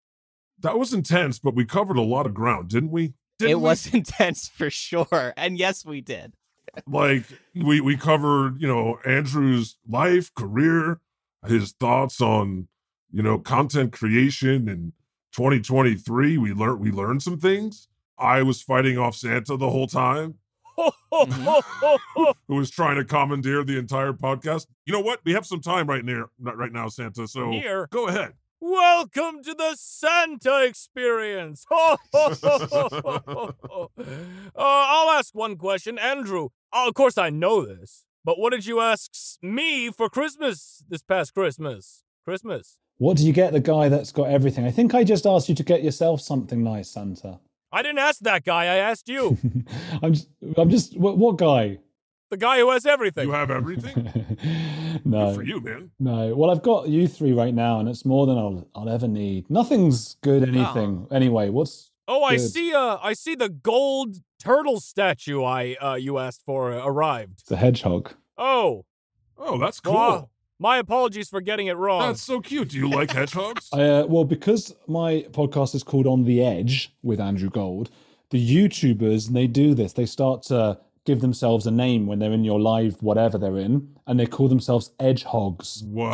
Speaker 5: That was intense, but we covered a lot of ground, didn't we? Didn't
Speaker 4: it
Speaker 5: we?
Speaker 4: was intense for sure. And yes, we did.
Speaker 5: like we we covered you know andrew's life career his thoughts on you know content creation in 2023 we learned we learned some things i was fighting off santa the whole time
Speaker 6: Ho, ho, ho, ho, ho.
Speaker 5: who was trying to commandeer the entire podcast you know what we have some time right near not right now santa so
Speaker 6: Here.
Speaker 5: go ahead
Speaker 6: Welcome to the Santa experience. Uh, Ho, ho, ho, ho, ho, ho. Uh, I'll ask one question, Andrew. Oh, of course, I know this, but what did you ask s- me for Christmas this past Christmas? Christmas.
Speaker 3: What do you get the guy that's got everything? I think I just asked you to get yourself something nice, Santa.
Speaker 6: I didn't ask that guy. I asked you,
Speaker 3: I'm just, I'm just. What, what guy?
Speaker 6: the guy who has everything.
Speaker 5: you have everything
Speaker 3: no,
Speaker 5: Good for you man
Speaker 3: no. Well, I've got you three right now, and it's more than I'll, I'll ever need. Nothing's good.
Speaker 5: Oh.
Speaker 3: Anything. Anyway, what's
Speaker 6: oh, I
Speaker 3: Good.
Speaker 6: see. Uh, I see the gold turtle statue. I uh, you asked for uh, arrived.
Speaker 3: the hedgehog?
Speaker 6: Oh,
Speaker 5: oh that's cool
Speaker 6: Wow. my apologies for getting it wrong.
Speaker 5: that's so cute do you like hedgehogs
Speaker 4: Oh,
Speaker 3: I, uh, well, because my podcast is called On the Edge with Andrew Gold, the YouTubers and they do this. They start to give themselves a name when they're in your live whatever they're in, and they call themselves Edgehogs.
Speaker 5: wow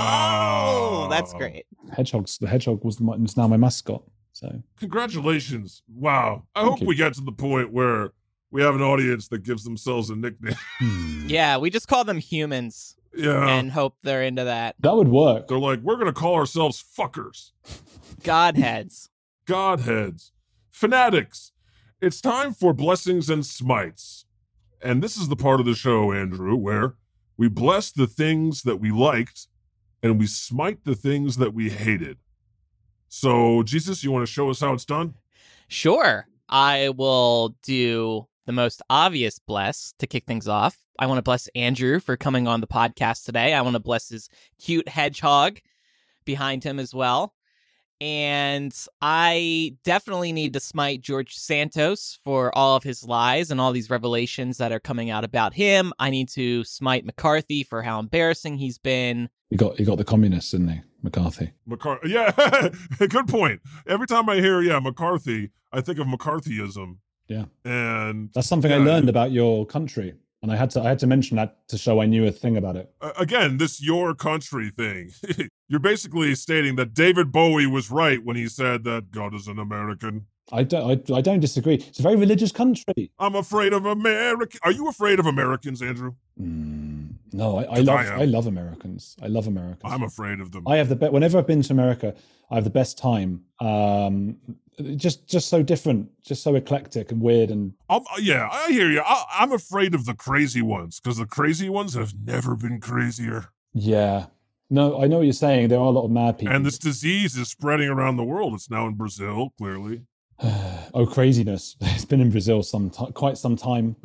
Speaker 4: Oh, that's great.
Speaker 3: Hedgehogs. The hedgehog was my, is now my mascot. So
Speaker 5: Congratulations. Wow. I
Speaker 3: Thank
Speaker 5: hope
Speaker 3: you.
Speaker 5: we get to the point where we have an audience that gives themselves a nickname.
Speaker 4: Yeah, we just call them humans
Speaker 5: yeah.
Speaker 4: and hope they're into that.
Speaker 3: that would work.
Speaker 5: They're like, we're going to call ourselves fuckers,
Speaker 4: Godheads.
Speaker 5: godheads, fanatics. It's time for blessings and smites. And this is the part of the show, Andrew, where we bless the things that we liked and we smite the things that we hated. So, Jesus, you want to show us how it's done?
Speaker 4: Sure. I will do the most obvious bless to kick things off. I want to bless Andrew for coming on the podcast today. I want to bless his cute hedgehog behind him as well. And I definitely need to smite George Santos for all of his lies and all these revelations that are coming out about him. I need to smite McCarthy for how embarrassing he's been.
Speaker 3: You got you got the communists, didn't they, McCarthy?
Speaker 5: McCarthy. Yeah, good point. Every time I hear yeah McCarthy, I think of McCarthyism.
Speaker 3: Yeah.
Speaker 5: And
Speaker 3: That's something I
Speaker 5: Yeah.
Speaker 3: learned about your country, and I had to I had to mention that to show I knew a thing about it.
Speaker 5: uh, again, this your country thing. You're basically stating that David Bowie was right when he said that God is an American.
Speaker 3: I don't I, I don't disagree. It's a very religious country.
Speaker 5: I'm afraid of America. Are you afraid of Americans, Andrew?
Speaker 3: Mm, no, I, I
Speaker 5: 'Cause I
Speaker 3: love
Speaker 5: am.
Speaker 3: I, love Americans. I love Americans.
Speaker 5: I'm afraid of them.
Speaker 3: I have the best. Whenever I've been to America, I have the best time. Um, just just so different, just so eclectic and weird. And
Speaker 5: I'm, uh, yeah, I hear you. I, I'm afraid of the crazy ones because the crazy ones have never been crazier.
Speaker 3: yeah, no, I know what you're saying. There are a lot of mad people.
Speaker 5: And this disease is spreading around the world. It's now in Brazil, clearly.
Speaker 3: oh, craziness! It's been in Brazil some ti quite some time.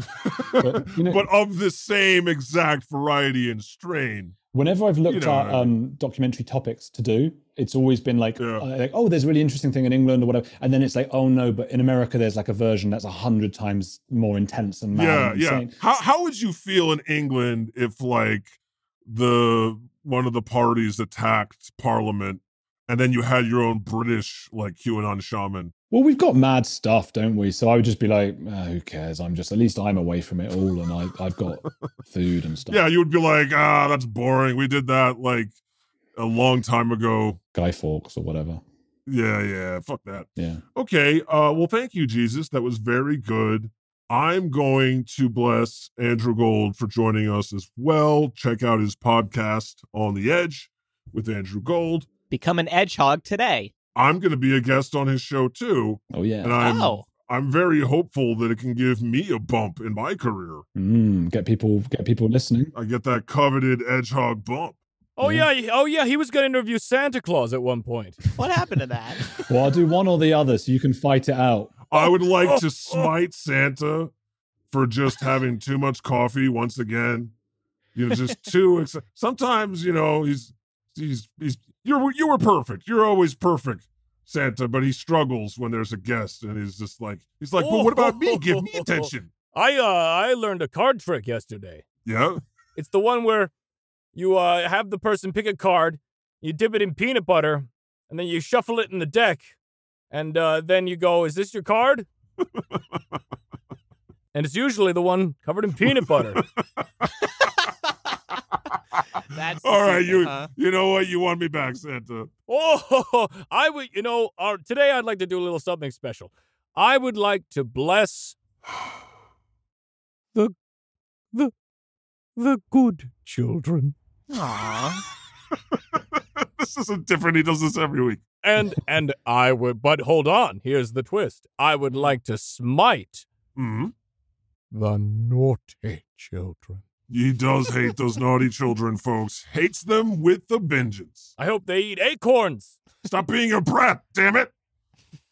Speaker 3: But, you know-
Speaker 5: but of the same exact variety and strain.
Speaker 3: Whenever I've looked
Speaker 5: know
Speaker 3: at
Speaker 5: what I
Speaker 3: um, documentary topics to do, it's always been like,
Speaker 5: Yeah.
Speaker 3: uh, like, oh, there's a really interesting thing in England or whatever, and then it's like, oh no, but in America there's like a version that's a hundred times more intense and mad
Speaker 5: yeah,
Speaker 3: and
Speaker 5: yeah.
Speaker 3: insane.
Speaker 5: How how would you feel in England if like the one of the parties attacked Parliament, and then you had your own British like QAnon shaman?
Speaker 3: Well, we've got mad stuff, don't we? So I would just be like, "Ah, who cares? I'm just at least I'm away from it all, and I, I've got food and stuff.
Speaker 5: Yeah, you would be like, ah, that's boring. We did that like a long time ago.
Speaker 3: Guy Fawkes or whatever.
Speaker 5: Yeah, yeah. Fuck that.
Speaker 3: Yeah,
Speaker 5: Okay. Uh, well, thank you, Jesus. That was very good. I'm going to bless Andrew Gold for joining us as well. Check out his podcast, On the Edge, with Andrew Gold.
Speaker 4: Become an edgehog today.
Speaker 5: I'm going to be a guest on his show too,
Speaker 3: oh yeah,
Speaker 5: and I'm
Speaker 4: oh,
Speaker 5: I'm very hopeful that it can give me a bump in my career.
Speaker 3: mm, get people get people listening.
Speaker 5: I get that coveted edgehog bump.
Speaker 6: Oh
Speaker 3: Yeah.
Speaker 6: yeah. he- oh yeah, he was gonna interview Santa Claus at one point.
Speaker 4: what happened to that?
Speaker 3: Well, I'll do one or the other, so you can fight it out.
Speaker 5: I would like to smite Santa for just having too much coffee once again. You know, just too. Ex- Sometimes you know he's he's he's you're you were perfect. You're always perfect, Santa. But he struggles when there's a guest, and he's just like he's like, but what about me? Give me attention.
Speaker 6: I uh I learned a card trick yesterday.
Speaker 5: Yeah.
Speaker 6: It's the one where you uh have the person pick a card, you dip it in peanut butter, and then you shuffle it in the deck, and uh, then you go, "Is this your card?" and it's usually the one covered in peanut butter.
Speaker 4: That's the
Speaker 5: all right.
Speaker 4: secret,
Speaker 5: You
Speaker 4: huh?
Speaker 5: you know what? You want me back, Santa?
Speaker 6: oh, I would, you know, uh, today I'd like to do a little something special. I would like to bless the the the good children.
Speaker 4: Aw.
Speaker 5: this isn't different. He does this every week.
Speaker 6: And and I would but hold on, here's the twist. I would like to smite
Speaker 5: hmm
Speaker 6: the naughty children.
Speaker 5: He does hate those naughty children, folks. Hates them with a vengeance.
Speaker 6: I hope they eat acorns.
Speaker 5: Stop being a brat, damn it.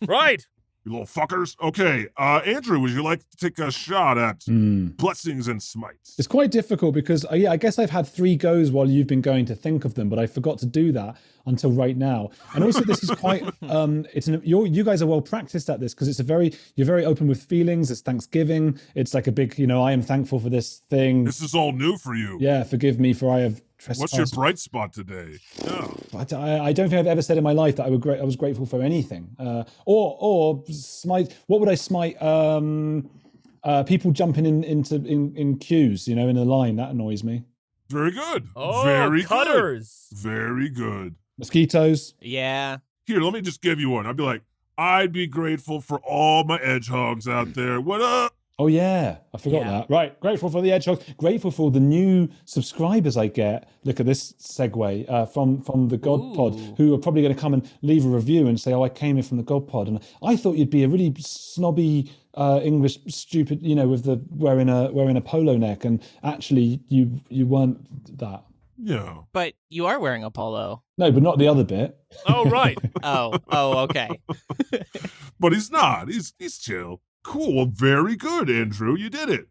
Speaker 6: Right.
Speaker 5: You little fuckers. Okay, uh, Andrew, would you like to take a shot at
Speaker 3: Hmm.
Speaker 5: blessings and smites?
Speaker 3: It's quite difficult because uh, yeah, I guess I've had three goes while you've been going to think of them, but I forgot to do that until right now. And also, this is quite um, it's an, you're, you guys are well practiced at this because it's a very you're very open with feelings. It's Thanksgiving. It's like a big you know I am thankful for this thing.
Speaker 5: This is all new for you.
Speaker 3: yeah, forgive me for I have
Speaker 5: What's your
Speaker 3: trespassed.
Speaker 5: bright spot today? Yeah.
Speaker 3: I, I- I don't think I've ever said in my life that I, were gra- I was grateful for anything. Uh, or or smite. What would I smite? Um, uh, people jumping in into in, in queues, you know, in a line that annoys me.
Speaker 5: Very good.
Speaker 6: Oh,
Speaker 5: Very
Speaker 6: cutters.
Speaker 5: good. Very good.
Speaker 3: Mosquitoes.
Speaker 4: yeah.
Speaker 5: Here, let me just give you one. I'd be like, I'd be grateful for all my edgehogs out there. What up?
Speaker 3: Oh yeah, I forgot
Speaker 4: Yeah.
Speaker 3: that. Right, grateful for the hedgehogs. Grateful for the new subscribers I get. Look at this segue uh, from from the God Pod,
Speaker 4: Ooh.
Speaker 3: who are probably going to come and leave a review and say, "Oh, I came in from the God Pod, and I thought you'd be a really snobby uh, English stupid, you know, with the wearing a wearing a polo neck, and actually you you weren't that.
Speaker 5: Yeah.
Speaker 4: But you are wearing a polo.
Speaker 3: No, but not the other bit.
Speaker 6: Oh right.
Speaker 4: Oh, oh, okay.
Speaker 5: But he's not. He's he's chill. Cool. Very good, Andrew. You did it.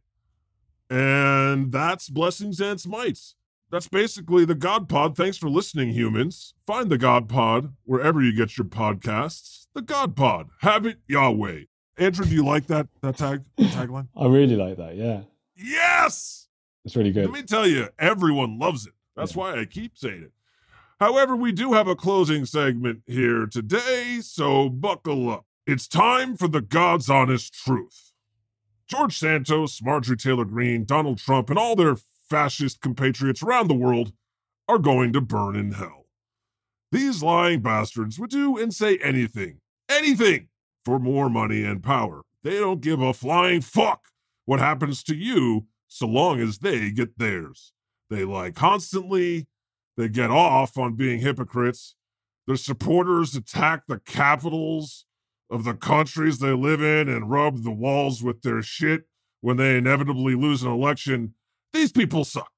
Speaker 5: And that's blessings and smites. That's basically the God Pod. Thanks for listening, humans. Find the God Pod wherever you get your podcasts. The God Pod. Have it Yahweh. Andrew, do you like that that tag tagline?
Speaker 3: I really like that. Yeah,
Speaker 5: Yes.
Speaker 3: it's really good.
Speaker 5: Let me tell you, everyone loves it. That's
Speaker 3: Yeah.
Speaker 5: why I keep saying it. However, we do have a closing segment here today, so buckle up. It's time for the God's honest truth. George Santos, Marjorie Taylor Greene, Donald Trump, and all their fascist compatriots around the world are going to burn in hell. These lying bastards would do and say anything, anything for more money and power. They don't give a flying fuck what happens to you so long as they get theirs. They lie constantly. They get off on being hypocrites. Their supporters attack the capitals of the countries they live in and rub the walls with their shit when they inevitably lose an election. These people suck.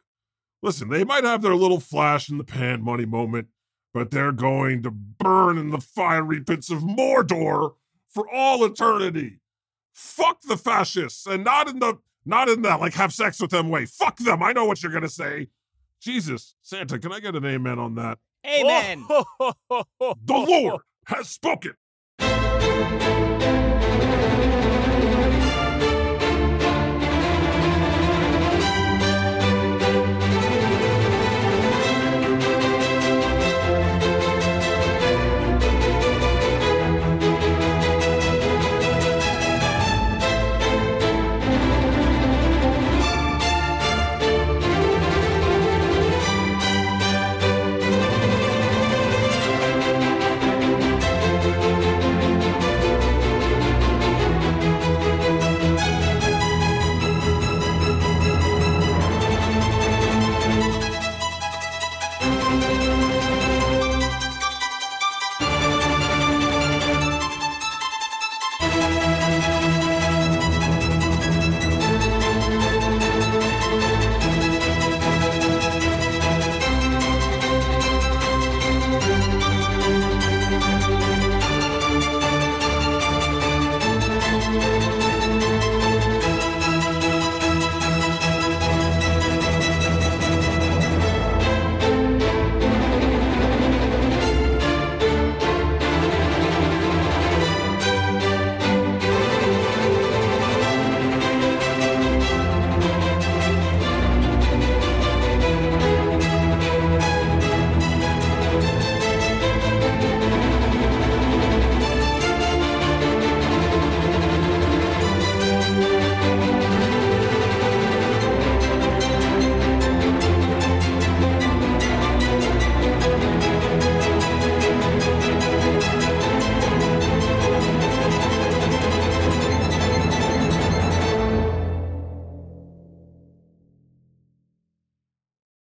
Speaker 5: Listen, they might have their little flash in the pan money moment, but they're going to burn in the fiery pits of Mordor for all eternity fuck the fascists and not in the not in the like have sex with them way fuck them i know what you're gonna say jesus santa can i get an amen on that
Speaker 4: Amen.
Speaker 6: Oh,
Speaker 5: the lord has spoken